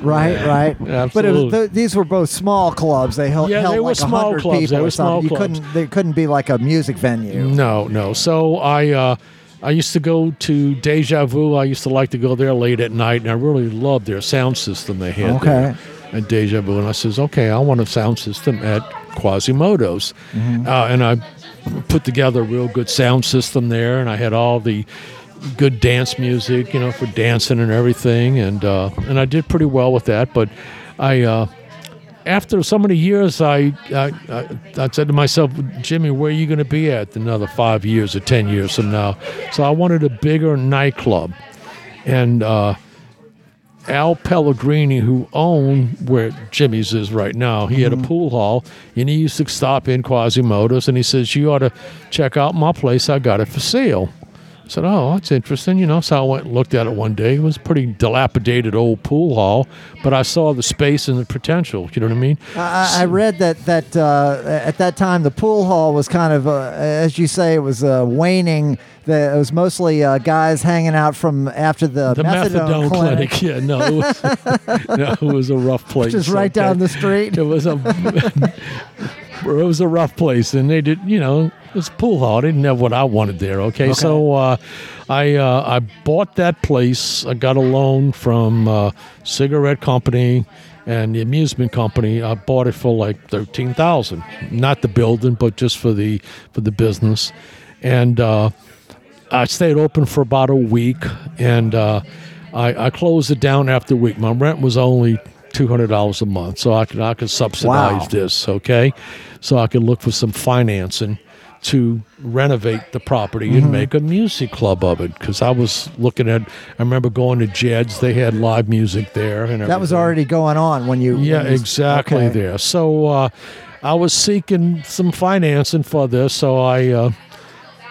[SPEAKER 1] Right, right. But it
[SPEAKER 3] absolutely.
[SPEAKER 1] was, th- these were both small clubs. They held,
[SPEAKER 3] Yeah,
[SPEAKER 1] held
[SPEAKER 3] they were
[SPEAKER 1] like
[SPEAKER 3] small
[SPEAKER 1] 100
[SPEAKER 3] clubs.
[SPEAKER 1] people
[SPEAKER 3] They
[SPEAKER 1] or
[SPEAKER 3] were small
[SPEAKER 1] something.
[SPEAKER 3] clubs. Mm.
[SPEAKER 1] You couldn't, they couldn't be like a music venue.
[SPEAKER 3] No, no. So I uh, I used to go to Deja Vu. I used to like to go there late at night, and I really loved their sound system they had
[SPEAKER 1] Okay.
[SPEAKER 3] there at Deja Vu. And I says, okay, I want a sound system at Quasimodo's, uh, and I put together a real good sound system there, and I had all the good dance music, you know, for dancing and everything, and uh, and I did pretty well with that. But I. Uh, after so many years, I, I, I, I said to myself, Jimmy, where are you going to be at in another five years or 10 years from now? So I wanted a bigger nightclub. And uh, Al Pellegrini, who owned where Jimmy's is right now, he had a pool hall and he used to stop in Quasimodo's and he says, You ought to check out my place. I got it for sale. I said, Oh, that's interesting. You know, so I went and looked at it one day. It was a pretty dilapidated old pool hall, but I saw the space and the potential. You know what I mean?
[SPEAKER 1] I, I read that that uh, at that time the pool hall was kind of, uh, as you say, it was uh, waning. The, it was mostly uh, guys hanging out from after the,
[SPEAKER 3] the methadone, clinic. Yeah, no, it was, <laughs> no, it was a rough place.
[SPEAKER 1] just right down the street.
[SPEAKER 3] It was a, <laughs> it was a rough place, and they did, you know, it was a pool hall. I didn't have what I wanted there. Okay, so uh, I uh, I bought that place. I got a loan from uh, cigarette company and the amusement company. I bought it for like thirteen thousand, not the building, but just for the for the business, and. Uh, I stayed open for about a week, and uh, I, I closed it down after a week. My rent was only two hundred dollars a month, so I could I could subsidize
[SPEAKER 1] Wow.
[SPEAKER 3] this, okay? So I could look for some financing to renovate the property
[SPEAKER 1] Mm-hmm.
[SPEAKER 3] and make a music club of it. Because I was looking at, I remember going to Jed's; they had live music there, and
[SPEAKER 1] That was
[SPEAKER 3] everything.
[SPEAKER 1] already going on when you.
[SPEAKER 3] Yeah,
[SPEAKER 1] when you-
[SPEAKER 3] exactly
[SPEAKER 1] okay.
[SPEAKER 3] there. So uh, I was seeking some financing for this, so I uh,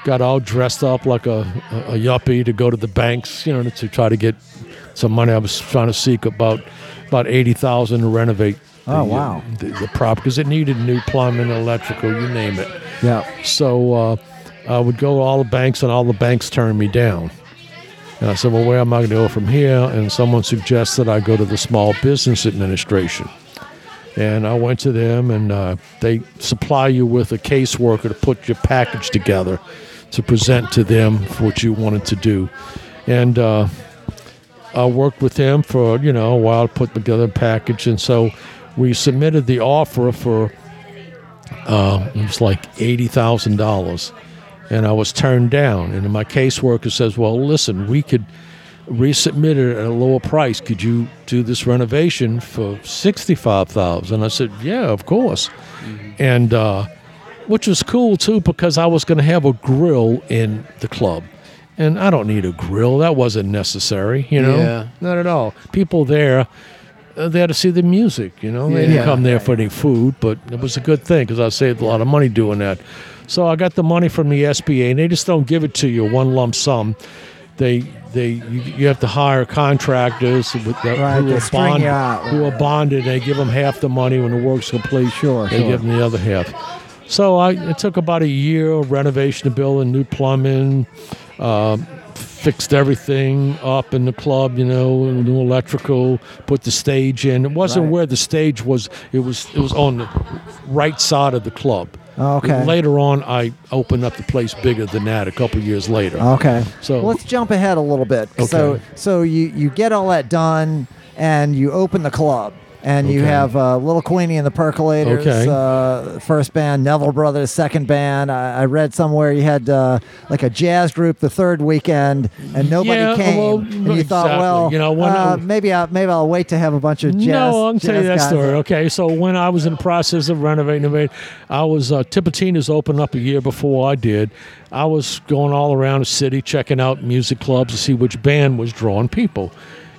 [SPEAKER 3] got all dressed up like a, a yuppie to go to the banks, you know, to try to get some money. I was trying to seek about about eighty thousand to renovate. the,
[SPEAKER 1] Oh,
[SPEAKER 3] uh,
[SPEAKER 1] wow.
[SPEAKER 3] The, the prop because it needed new plumbing, electrical, you name it.
[SPEAKER 1] Yeah.
[SPEAKER 3] So uh, I would go to all the banks, and all the banks turned me down. And I said, Well, where am I going to go from here? And someone suggested I go to the Small Business Administration. And I went to them, and uh, they supply you with a caseworker to put your package together to present to them for what you wanted to do. And uh, I worked with him for, you know, a while to put together a package. And so we submitted the offer for it was like eighty thousand dollars, and I was turned down. And my caseworker says, "Well, listen, we could resubmit it at a lower price. Could you do this renovation for sixty-five thousand? I said, "Yeah, of course," and uh, which was cool too because I was going to have a grill in the club. And I don't need a grill. That wasn't necessary, you know?
[SPEAKER 2] Yeah.
[SPEAKER 3] Not at all. People there, uh, there to see the music. You know, they didn't
[SPEAKER 2] Yeah.
[SPEAKER 3] come there for any food, but it was a good thing because I saved a lot of money doing that. So I got the money from the SBA, and they just don't give it to you one lump sum. they they you, you have to hire contractors with that,
[SPEAKER 1] Right,
[SPEAKER 3] who
[SPEAKER 1] they
[SPEAKER 3] are
[SPEAKER 1] string you
[SPEAKER 3] bonded,
[SPEAKER 1] out.
[SPEAKER 3] who are bonded. They give them half the money when the work's complete.
[SPEAKER 1] Sure,
[SPEAKER 3] they
[SPEAKER 1] sure.
[SPEAKER 3] give them the other half. So I it took about a year of renovation to build a new plumbing. Uh, fixed everything up in the club, you know, new electrical, put the stage in. It wasn't
[SPEAKER 1] Right.
[SPEAKER 3] where the stage was. It was it was on the right side of the club.
[SPEAKER 1] Okay.
[SPEAKER 3] Later on, I opened up the place bigger than that. A couple years later.
[SPEAKER 1] Okay.
[SPEAKER 3] So-
[SPEAKER 1] let's jump ahead a little bit. So
[SPEAKER 3] Okay.
[SPEAKER 1] so you you get all that done and you open the club and you
[SPEAKER 3] Okay.
[SPEAKER 1] have uh, Little Queenie and the Percolators,
[SPEAKER 3] Okay.
[SPEAKER 1] uh, first band, Neville Brothers, second band. I, I read somewhere you had uh, like a jazz group the third weekend and nobody
[SPEAKER 3] Yeah,
[SPEAKER 1] came.
[SPEAKER 3] well,
[SPEAKER 1] and you thought,
[SPEAKER 3] exactly.
[SPEAKER 1] well,
[SPEAKER 3] You know, when
[SPEAKER 1] uh,
[SPEAKER 3] I-
[SPEAKER 1] maybe I maybe I'll wait to have a bunch of jazz.
[SPEAKER 3] no, I'm
[SPEAKER 1] jazz
[SPEAKER 3] telling you that
[SPEAKER 1] guys.
[SPEAKER 3] story. Okay, so when I was in the process of renovating the maid, I was uh, Tipitina's opened up a year before I did. I was going all around the city checking out music clubs to see which band was drawing people.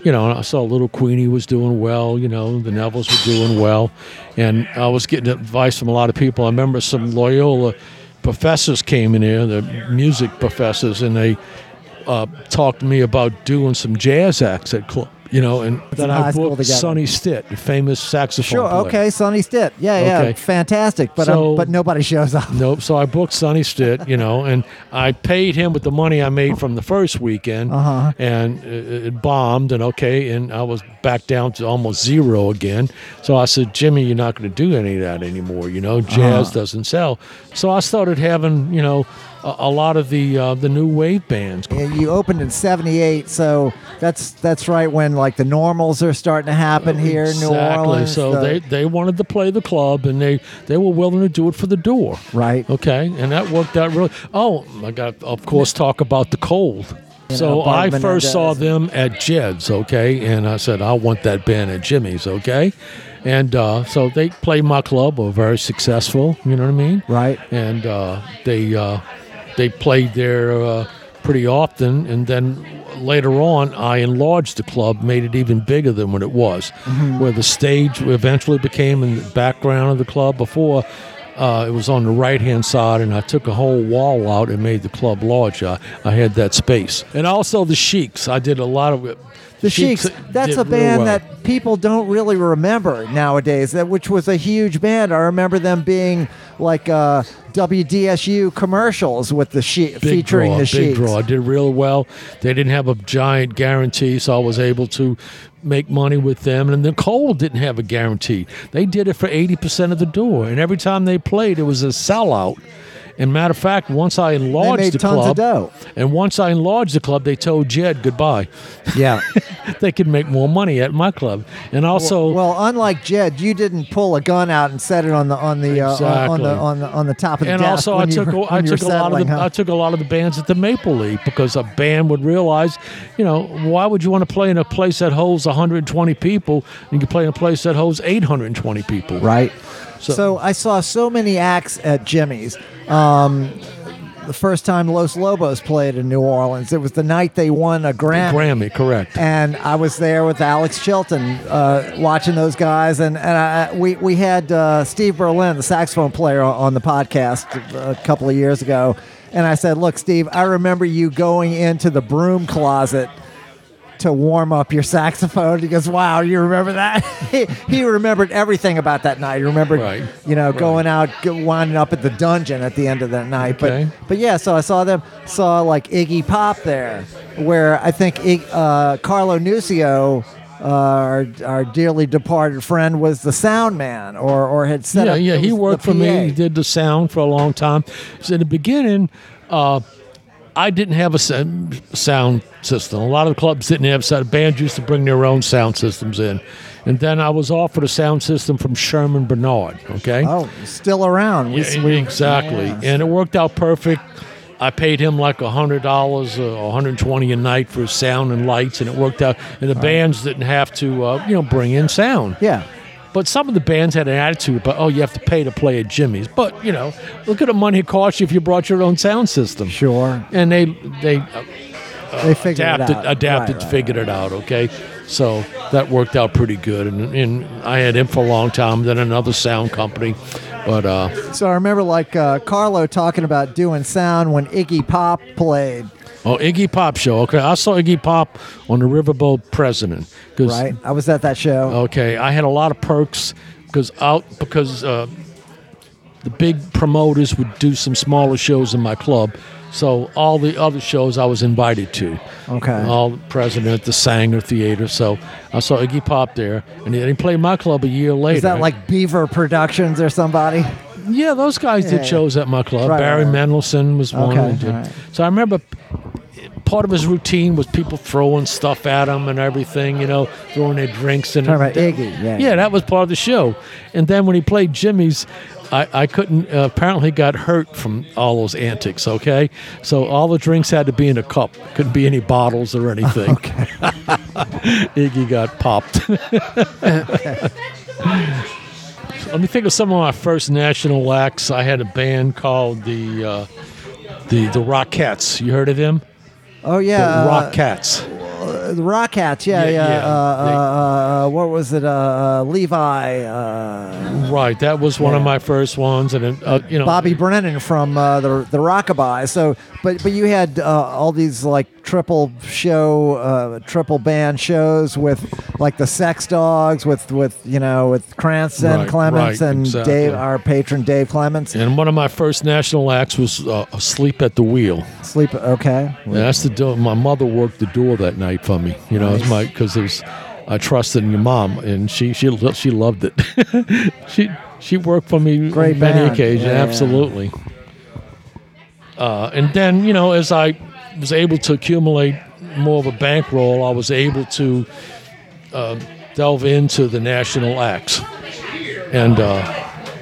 [SPEAKER 3] You know, and I saw Little Queenie was doing well. You know, the Nevilles were doing well, and I was getting advice from a lot of people. I remember some Loyola professors came in here, the music professors, and they uh, talked to me about doing some jazz acts at club. You know, and then
[SPEAKER 1] in high
[SPEAKER 3] I
[SPEAKER 1] school
[SPEAKER 3] booked
[SPEAKER 1] together.
[SPEAKER 3] Sonny Stitt, the famous saxophone
[SPEAKER 1] Sure.
[SPEAKER 3] player.
[SPEAKER 1] Okay. Sonny Stitt. Yeah. Yeah.
[SPEAKER 3] Okay.
[SPEAKER 1] Fantastic. But um,
[SPEAKER 3] So-
[SPEAKER 1] but nobody shows up.
[SPEAKER 3] Nope. So I booked Sonny Stitt, you know, and I paid him with the money I made from the first weekend,
[SPEAKER 1] Uh-huh.
[SPEAKER 3] and it, it bombed, and okay, and I was back down to almost zero again. So I said, Jimmy, you're not going to do any of that anymore. You know, jazz
[SPEAKER 1] Uh-huh.
[SPEAKER 3] doesn't sell. So I started having, you know, a, a lot of the uh, the new wave bands.
[SPEAKER 1] Yeah, you opened in 78 so that's that's right when like the normals are starting to happen here in new orleans
[SPEAKER 3] Oh, So
[SPEAKER 1] the-
[SPEAKER 3] they, they wanted to play the club, and they, they were willing to do it for the door.
[SPEAKER 1] Right.
[SPEAKER 3] Okay, and that worked out really. Oh, I got of course talk about the cold.
[SPEAKER 1] know,
[SPEAKER 3] So
[SPEAKER 1] Bob
[SPEAKER 3] I first saw
[SPEAKER 1] Menendez.
[SPEAKER 3] them at Jed's, okay, and I said I want that band at Jimmy's, okay, and uh, so they played my club, were very successful. You know what I mean?
[SPEAKER 1] Right.
[SPEAKER 3] And uh, they uh, they played there uh, pretty often, and then later on I enlarged the club, made it even bigger than what it was,
[SPEAKER 1] Mm-hmm.
[SPEAKER 3] where the stage eventually became in the background of the club. Before uh, it was on the right hand side, and I took a whole wall out and made the club large. I, I had that space, and also the Sheiks. I did a lot of it.
[SPEAKER 1] the Sheiks, that's
[SPEAKER 3] did
[SPEAKER 1] a
[SPEAKER 3] real
[SPEAKER 1] band
[SPEAKER 3] well.
[SPEAKER 1] that people don't really remember nowadays, that which was a huge band. I remember them being like uh, WDSU commercials with the she- featuring
[SPEAKER 3] draw,
[SPEAKER 1] the
[SPEAKER 3] big
[SPEAKER 1] Sheiks.
[SPEAKER 3] draw. I did real well. They didn't have a giant guarantee, so I was able to make money with them. And the Cole didn't have a guarantee. They did it for eighty percent of the door, and every time they played, it was a sellout. And matter of fact, once I enlarged
[SPEAKER 1] made
[SPEAKER 3] the
[SPEAKER 1] tons
[SPEAKER 3] club,
[SPEAKER 1] of dough.
[SPEAKER 3] and once I enlarged the club, they told Jed goodbye. <laughs>
[SPEAKER 1] Yeah.
[SPEAKER 3] they could make more money at my club, and also
[SPEAKER 1] well, unlike Jed, you didn't pull a gun out and set it on the on the uh, on- on,
[SPEAKER 3] Exactly.
[SPEAKER 1] the on the on the top of the
[SPEAKER 3] and
[SPEAKER 1] desk
[SPEAKER 3] also I
[SPEAKER 1] when you
[SPEAKER 3] took
[SPEAKER 1] were-
[SPEAKER 3] I
[SPEAKER 1] when you were
[SPEAKER 3] took a lot of
[SPEAKER 1] settling,
[SPEAKER 3] the
[SPEAKER 1] huh?
[SPEAKER 3] I took a lot of the bands at the Maple Leaf because a band would realize, you know, why would you want to play in a place that holds 120 people and you can play in a place that holds 820 people?
[SPEAKER 1] Right. So,
[SPEAKER 3] So-
[SPEAKER 1] I saw so many acts at Jimmy's. Um, the first time Los Lobos played in New Orleans, it was the night they won a Grammy.
[SPEAKER 3] Grammy, correct.
[SPEAKER 1] and I was there with Alex Chilton, uh, watching those guys, and and I, we we had uh, Steve Berlin, the saxophone player, on on the podcast uh, a couple of years ago, and I said, "Look, Steve, I remember you going into the broom closet to warm up your saxophone. He goes, Wow, you remember that? <laughs> he, he remembered everything about that night. He remembered,
[SPEAKER 3] Right.
[SPEAKER 1] you know, going out, g- winding up at the dungeon at the end of that night.
[SPEAKER 3] Okay.
[SPEAKER 1] But, but yeah, so I saw them, saw like Iggy Pop there, where I think Ig, uh, Carlo Nuccio. Uh, our, our dearly departed friend was the sound man, or or had set
[SPEAKER 3] yeah,
[SPEAKER 1] up.
[SPEAKER 3] yeah.
[SPEAKER 1] it
[SPEAKER 3] He
[SPEAKER 1] was
[SPEAKER 3] worked
[SPEAKER 1] the
[SPEAKER 3] for me.
[SPEAKER 1] PA.
[SPEAKER 3] He did the sound for a long time. So in the beginning, uh, I didn't have a sa- sound system. A lot of the clubs didn't have sound. Bands used to bring their own sound systems in, and then I was offered a sound system from Sherman Bernard. Okay.
[SPEAKER 1] Oh, still around. We-
[SPEAKER 3] Yeah,
[SPEAKER 1] we-
[SPEAKER 3] exactly.
[SPEAKER 1] yeah.
[SPEAKER 3] And it worked out perfect. I paid him like hundred dollars, uh, hundred twenty a night for sound and lights, and it worked out. And the bands didn't have to, uh, you know, bring in sound.
[SPEAKER 1] yeah.
[SPEAKER 3] But some of the bands had an attitude about, oh, you have to pay to play at Jimmy's. But you know, look at the money it costs you if you brought your own sound system.
[SPEAKER 1] Sure.
[SPEAKER 3] And they they
[SPEAKER 1] they figured
[SPEAKER 3] adapted,
[SPEAKER 1] it out.
[SPEAKER 3] adapted,
[SPEAKER 1] Right, right,
[SPEAKER 3] figured it out. Okay, so that worked out pretty good, and, and I had him for a long time. Then another sound company, But uh,
[SPEAKER 1] So I remember like uh, Carlo talking about doing sound when Iggy Pop played.
[SPEAKER 3] oh, Iggy Pop show. Okay, I saw Iggy Pop on the Riverboat President. 'cause
[SPEAKER 1] Right, I was at that show.
[SPEAKER 3] Okay, I had a lot of perks because out because uh, the big promoters would do some smaller shows in my club, so all the other shows I was invited to.
[SPEAKER 1] Okay.
[SPEAKER 3] All president, the Sanger Theater. So I saw Iggy Pop there, and he, and he played my club a year later.
[SPEAKER 1] Is that like Beaver Productions or somebody?
[SPEAKER 3] Yeah, those guys
[SPEAKER 1] Yeah,
[SPEAKER 3] did shows at my club.
[SPEAKER 1] Right,
[SPEAKER 3] Barry
[SPEAKER 1] right, right.
[SPEAKER 3] Mendelson was one.
[SPEAKER 1] Okay,
[SPEAKER 3] who did-
[SPEAKER 1] all right.
[SPEAKER 3] So I remember part of his routine was people throwing stuff at him and everything, you know, throwing their drinks and
[SPEAKER 1] Talking about Iggy, yeah.
[SPEAKER 3] yeah, that was part of the show. And then when he played Jimmy's, I, I couldn't. Uh, apparently, got hurt from all those antics. Okay, so all the drinks had to be in a cup. Couldn't be any bottles or
[SPEAKER 1] <laughs>
[SPEAKER 3] anything. okay. <laughs> Iggy got popped. <laughs> Let me think of some of my first national acts. I had a band called the uh, the the Rockettes. You heard of them?
[SPEAKER 1] Oh
[SPEAKER 3] The
[SPEAKER 1] yeah, uh,
[SPEAKER 3] Rockettes.
[SPEAKER 1] the Rockettes. Yeah, yeah.
[SPEAKER 3] Yeah, yeah.
[SPEAKER 1] Uh,
[SPEAKER 3] They-
[SPEAKER 1] uh, uh, what was it? Uh, uh, Levi, uh,
[SPEAKER 3] Right, that was one of my first ones, and it, uh, you know,
[SPEAKER 1] Bobby Brennan from uh, the the Rockabye. So, but but you had uh, all these like triple show, uh, triple band shows with like the Sex Dogs, with with you know with Cranston,
[SPEAKER 3] Right,
[SPEAKER 1] Clements,
[SPEAKER 3] right,
[SPEAKER 1] and
[SPEAKER 3] exactly.
[SPEAKER 1] Dave, our patron Dave Clements.
[SPEAKER 3] And one of my first national acts was uh, Sleep at the Wheel.
[SPEAKER 1] Sleep. Okay.
[SPEAKER 3] And that's the door. My mother worked the door that night for me. You know, it's my because there's I trusted your mom, and she she lo- she loved it. <laughs> she she worked for me
[SPEAKER 1] Great
[SPEAKER 3] on many
[SPEAKER 1] band.
[SPEAKER 3] occasions.
[SPEAKER 1] Yeah, yeah.
[SPEAKER 3] absolutely. Uh, and then you know, as I was able to accumulate more of a bankroll, I was able to uh, delve into the national acts, and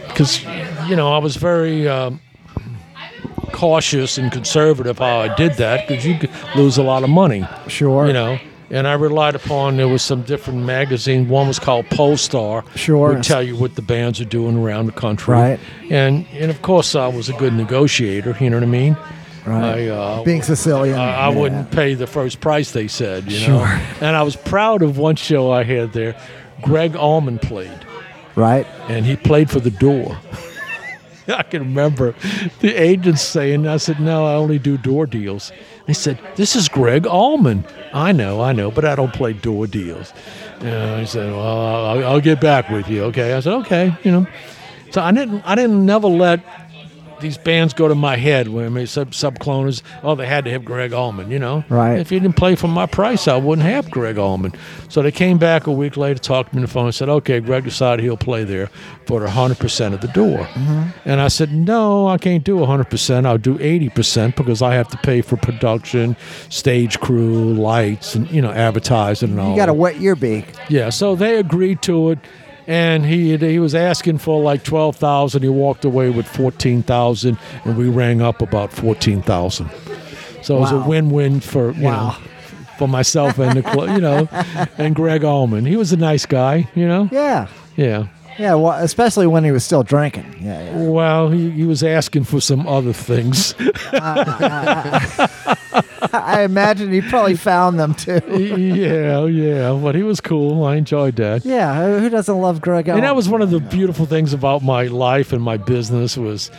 [SPEAKER 3] because you know I was very. Um, cautious and conservative how I did that because you could lose a lot of money,
[SPEAKER 1] Sure.
[SPEAKER 3] you know. And I relied upon there was some different magazine. One was called Polestar.
[SPEAKER 1] Sure.
[SPEAKER 3] would tell you what the bands are doing around the country.
[SPEAKER 1] Right.
[SPEAKER 3] And and of course I was a good negotiator. You know what I mean?
[SPEAKER 1] Right.
[SPEAKER 3] I, uh,
[SPEAKER 1] Being Sicilian.
[SPEAKER 3] I, I
[SPEAKER 1] yeah.
[SPEAKER 3] wouldn't pay the first price they said. You know?
[SPEAKER 1] Sure.
[SPEAKER 3] And I was proud of one show I had there. Greg Allman played
[SPEAKER 1] Right.
[SPEAKER 3] and he played for the door. <laughs> I can remember the agent saying, I said, No, I only do door deals. He said, This is Greg Allman. I know, I know, but I don't play door deals. And he said, Well, I'll, I'll get back with you. Okay. I said, Okay, you know. So I didn't, I didn't never let these bands go to my head when I mean, sub subcloners. Oh, they had to have Greg Allman, you know.
[SPEAKER 1] Right.
[SPEAKER 3] If he didn't play for my price, I wouldn't have Greg Allman. So they came back a week later, talked to me on the phone, and said, "Okay, Greg decided he'll play there for the hundred percent of the door." And I said, "No, I can't do hundred percent. I'll do eighty percent because I have to pay for production, stage crew, lights, and you know, advertising and all."
[SPEAKER 1] You got to
[SPEAKER 3] that."
[SPEAKER 1] wet your beak.
[SPEAKER 3] Yeah, so they agreed to it, and he had- he was asking for like twelve thousand. He walked away with fourteen thousand, and we rang up about fourteen thousand. So it was a
[SPEAKER 1] Wow.
[SPEAKER 3] win-win for you
[SPEAKER 1] Wow.
[SPEAKER 3] know for myself and the club, you
[SPEAKER 1] <laughs>
[SPEAKER 3] know, and Greg Allman. He was a nice guy, you know.
[SPEAKER 1] Yeah.
[SPEAKER 3] Yeah.
[SPEAKER 1] Yeah. Well, especially when he was still drinking. Yeah. yeah.
[SPEAKER 3] Well, he, he was asking for some other things. <laughs>
[SPEAKER 1] I imagine he probably found them too.
[SPEAKER 3] yeah, yeah, but he was cool. I enjoyed that.
[SPEAKER 1] Yeah, who- who doesn't love Greg?
[SPEAKER 3] And that
[SPEAKER 1] Allman?
[SPEAKER 3] was one of the beautiful things about my life and my business was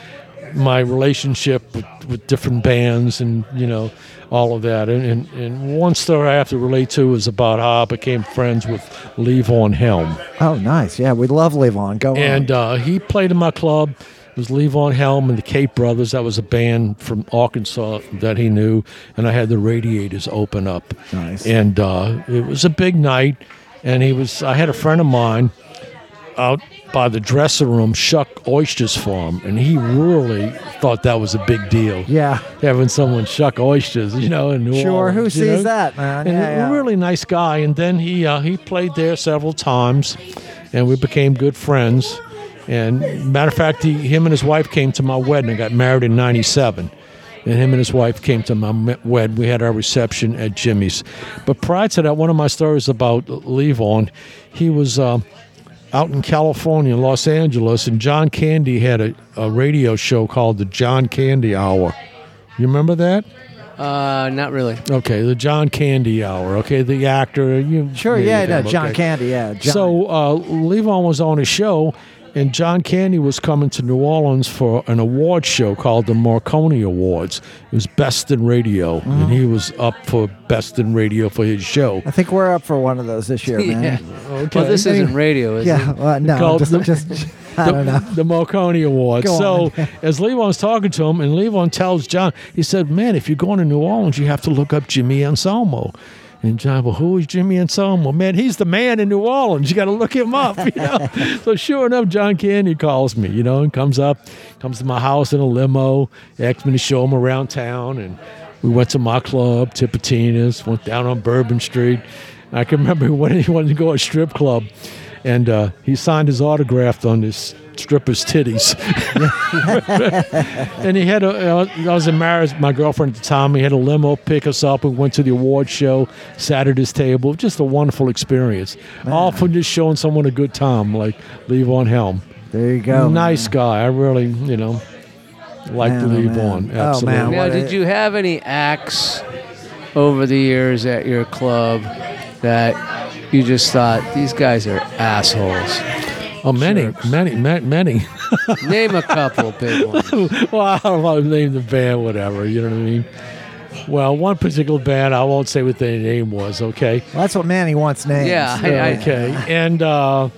[SPEAKER 3] my relationship with, with different bands and you know all of that. And, and and one story I have to relate to is about how I became friends with Levon Helm.
[SPEAKER 1] oh nice. Yeah, we love Levon. Go
[SPEAKER 3] And
[SPEAKER 1] on.
[SPEAKER 3] uh, he played in my club. It was Levon Helm and the Cape Brothers. That was a band from Arkansas that he knew. And I had the radiators open up.
[SPEAKER 1] Nice.
[SPEAKER 3] And uh, it was a big night. And he was, I had a friend of mine out by the dressing room, Shuck Oysters Farm. And he really thought that was a big deal.
[SPEAKER 1] Yeah.
[SPEAKER 3] Having someone shuck oysters, you know, in New
[SPEAKER 1] Sure, who
[SPEAKER 3] Orleans, you
[SPEAKER 1] sees
[SPEAKER 3] know?
[SPEAKER 1] that, man?
[SPEAKER 3] And
[SPEAKER 1] Yeah,
[SPEAKER 3] a
[SPEAKER 1] yeah.
[SPEAKER 3] really nice guy. And then he uh, he played there several times, and we became good friends. And matter of fact, he, him and his wife came to my wedding. I got married in '97, and him and his wife came to my me- wedding. We had our reception at Jimmy's. But prior to that, one of my stories about Levon, he was. Uh, out in California, Los Angeles, and John Candy had a, a radio show called the John Candy Hour. You remember that?
[SPEAKER 2] Uh, not really.
[SPEAKER 3] Okay, the John Candy Hour. Okay, the actor. You
[SPEAKER 1] sure.
[SPEAKER 3] you
[SPEAKER 1] Yeah,
[SPEAKER 3] know,
[SPEAKER 1] no, John
[SPEAKER 3] okay.
[SPEAKER 1] Candy. Yeah. John.
[SPEAKER 3] So uh, Levon was on a show, And John Candy was coming to New Orleans for an award show called the Marconi Awards. It was Best in Radio,
[SPEAKER 1] Oh.
[SPEAKER 3] and he was up for Best in Radio for his show.
[SPEAKER 1] I think we're up for one of those this
[SPEAKER 3] <laughs>
[SPEAKER 1] year,
[SPEAKER 2] Yeah.
[SPEAKER 1] man.
[SPEAKER 3] Okay.
[SPEAKER 2] Well, this isn't radio, is
[SPEAKER 1] Yeah,
[SPEAKER 2] it?
[SPEAKER 1] well, no,
[SPEAKER 3] Called
[SPEAKER 1] just,
[SPEAKER 3] the- <laughs>
[SPEAKER 1] just <laughs> I
[SPEAKER 3] the,
[SPEAKER 1] don't know.
[SPEAKER 3] the Marconi Awards.
[SPEAKER 1] Go
[SPEAKER 3] so
[SPEAKER 1] on.
[SPEAKER 3] as Levon's talking to him, and Levon tells John, he said, "Man, if you're going to New Orleans, you have to look up Jimmy Anselmo." And John, well, who is Jimmy Anselmo? Man, he's the man in New Orleans. You got to look him up. <laughs> You know? so sure enough, John Candy calls me, you know, and comes up, comes to my house in a limo, asked me to show him around town, and we went to my club, Tipitina's, went down on Bourbon Street. I can remember when he wanted to go to a strip club, and uh, he signed his autograph on this stripper's titties. and he had a, uh, I was in marriage, my girlfriend at the time, he had a limo pick us up. We went to the award show, sat at his table. Just a wonderful experience. All for just showing someone a good time, like Levon Helm.
[SPEAKER 1] There you go.
[SPEAKER 3] nice guy. I really, you know, liked
[SPEAKER 1] Man, oh,
[SPEAKER 3] Levon.
[SPEAKER 1] man. Oh,
[SPEAKER 3] Absolutely.
[SPEAKER 1] man.
[SPEAKER 2] Now,
[SPEAKER 1] What
[SPEAKER 2] did
[SPEAKER 1] a-
[SPEAKER 2] you have any acts over the years at your club that you just thought these guys are assholes?
[SPEAKER 3] Oh, many, many, many, many. <laughs>
[SPEAKER 2] Name a couple <laughs> big ones.
[SPEAKER 3] well, I don't want to name the band, whatever. You know what I mean? Well, one particular band, I won't say what their name was, okay?
[SPEAKER 1] Well, that's what Manny wants names.
[SPEAKER 2] Yeah, I- I-
[SPEAKER 3] Okay.
[SPEAKER 1] <laughs>
[SPEAKER 3] And, uh,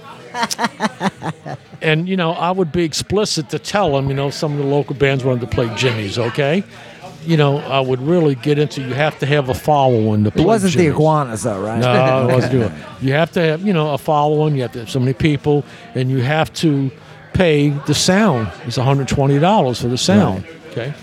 [SPEAKER 3] and, you know, I would be explicit to tell them, you know, some of the local bands wanted to play Jimmy's, okay? You know, I would really get into you have to have a following to play
[SPEAKER 1] it wasn't the
[SPEAKER 3] Jimmy's.
[SPEAKER 1] iguanas though, right? <laughs>
[SPEAKER 3] No, it wasn't doing. You have to have, you know, a following. You have to have so many people, and you have to pay the sound. It's one hundred twenty dollars for the sound. Okay,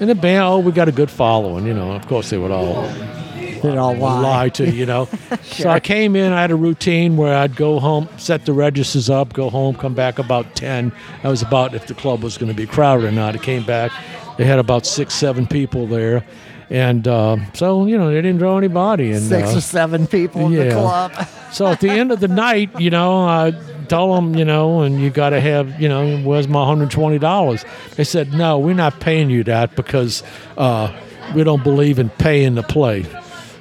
[SPEAKER 3] and the band, oh, we got a good following. You know, of course they would all
[SPEAKER 1] Did it all
[SPEAKER 3] lie,
[SPEAKER 1] lie.
[SPEAKER 3] to you, you know. So I came in, I had a routine where I'd go home, set the registers up, go home, come back about 10. I was about if the club was going to be crowded or not. I came back, they had about six, seven people there. And uh, so, you know, they didn't draw anybody. And,
[SPEAKER 1] Six
[SPEAKER 3] uh,
[SPEAKER 1] or seven people in the
[SPEAKER 3] yeah. <laughs>
[SPEAKER 1] club.
[SPEAKER 3] so at the end of the night, you know, I tell them, you know, and you got to have, you know, where's my $120? They said, no, we're not paying you that because uh, we don't believe in paying to play.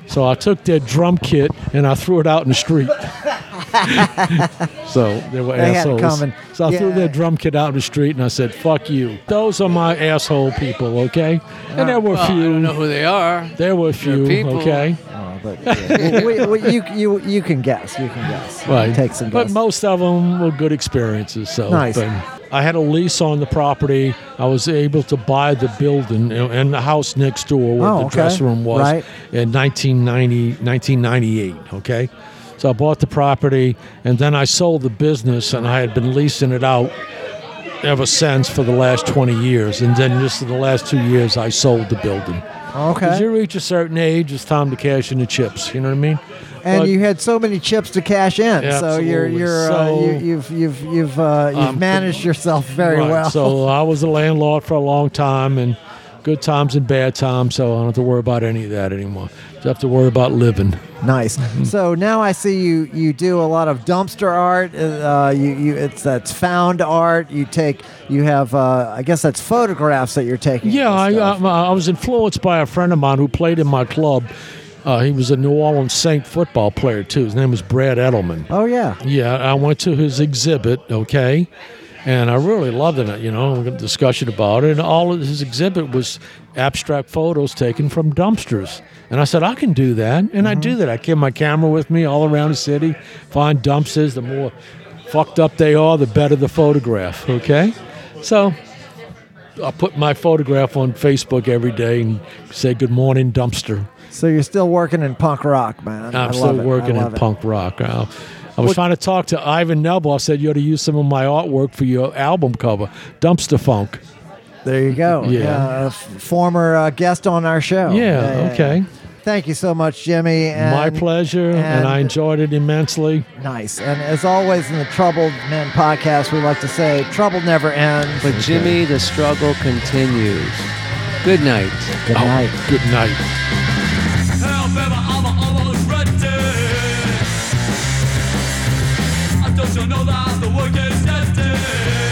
[SPEAKER 3] So I took their drum kit and I threw it out in the street. <laughs> so they were
[SPEAKER 1] They had it
[SPEAKER 3] assholes.
[SPEAKER 1] coming.
[SPEAKER 3] So I threw their
[SPEAKER 1] Yeah.
[SPEAKER 3] drum kit out in the street and I said, "Fuck you." Those are my asshole people, okay? And there were a
[SPEAKER 2] Well, I don't know
[SPEAKER 3] few.
[SPEAKER 2] who they are.
[SPEAKER 3] There were a few,
[SPEAKER 2] people.
[SPEAKER 3] okay?
[SPEAKER 1] Oh, but, yeah. we, we, you, you, you can guess. You can guess.
[SPEAKER 3] Right.
[SPEAKER 1] Take some
[SPEAKER 3] but
[SPEAKER 1] guess.
[SPEAKER 3] most of them were good experiences. So
[SPEAKER 1] Nice.
[SPEAKER 3] but I had a lease on the property. I was able to buy the building and- and the house next door where
[SPEAKER 1] Oh,
[SPEAKER 3] the
[SPEAKER 1] okay.
[SPEAKER 3] dressing room was
[SPEAKER 1] Right.
[SPEAKER 3] in 1990, 1998. Okay. So I bought the property and then I sold the business and I had been leasing it out ever since for the last 20 years. And then just in the last two years, I sold the building. As
[SPEAKER 1] okay.
[SPEAKER 3] you reach a certain age, it's time to cash in the chips. You know what I mean?
[SPEAKER 1] And
[SPEAKER 3] But-
[SPEAKER 1] you had so many chips to cash in, so you're
[SPEAKER 3] Absolutely.
[SPEAKER 1] you're uh,
[SPEAKER 3] So-
[SPEAKER 1] you, you've you've you've uh, you've
[SPEAKER 3] Um,
[SPEAKER 1] managed yourself very
[SPEAKER 3] Right,
[SPEAKER 1] well.
[SPEAKER 3] So I was a landlord for a long time, and good times and bad times. So I don't have to worry about any of that anymore. Just have to worry about living.
[SPEAKER 1] <laughs>
[SPEAKER 3] <laughs>
[SPEAKER 1] Nice. So now I see you. You do a lot of dumpster art. Uh, you, you it's that's found art. You take. You have. Uh, I guess that's photographs that you're taking. of
[SPEAKER 3] Yeah,
[SPEAKER 1] this
[SPEAKER 3] I, uh, I,
[SPEAKER 1] stuff.
[SPEAKER 3] I was influenced by a friend of mine who played in my club. Uh, he was a New Orleans Saint football player too. His name was Brad Edelman.
[SPEAKER 1] oh yeah.
[SPEAKER 3] Yeah, I went to his exhibit, okay, and I really loved it. You know, we had a discussion about it, and all of his exhibit was abstract photos taken from dumpsters. And I said, I can do that, and I do that. I carry my camera with me all around the city, find dumpsters. The more fucked up they are, the better the photograph. Okay, so. I put my photograph on Facebook every day and say good morning dumpster.
[SPEAKER 1] So you're still working in punk rock, man. I
[SPEAKER 3] I'm
[SPEAKER 1] love
[SPEAKER 3] still
[SPEAKER 1] it. I
[SPEAKER 3] working in
[SPEAKER 1] love it.
[SPEAKER 3] punk rock. Uh, I was trying to talk to Ivan Nebel. I said, You ought to use some of my artwork for your album cover, Dumpster Funk.
[SPEAKER 1] There you go.
[SPEAKER 3] <laughs>
[SPEAKER 1] Uh,
[SPEAKER 3] Yeah.
[SPEAKER 1] f- former uh, guest on our show.
[SPEAKER 3] Yeah, okay.
[SPEAKER 1] Thank you so much, Jimmy. And
[SPEAKER 3] my pleasure, and,
[SPEAKER 1] and-
[SPEAKER 3] I enjoyed it immensely.
[SPEAKER 1] Nice. And as always in the Troubled Men podcast, we like to say trouble never ends.
[SPEAKER 2] But Jimmy, the struggle continues. Good night.
[SPEAKER 1] Good night.
[SPEAKER 3] Oh, Good night.
[SPEAKER 6] Alabama, I'm almost ready. Don't you know that the work is destined?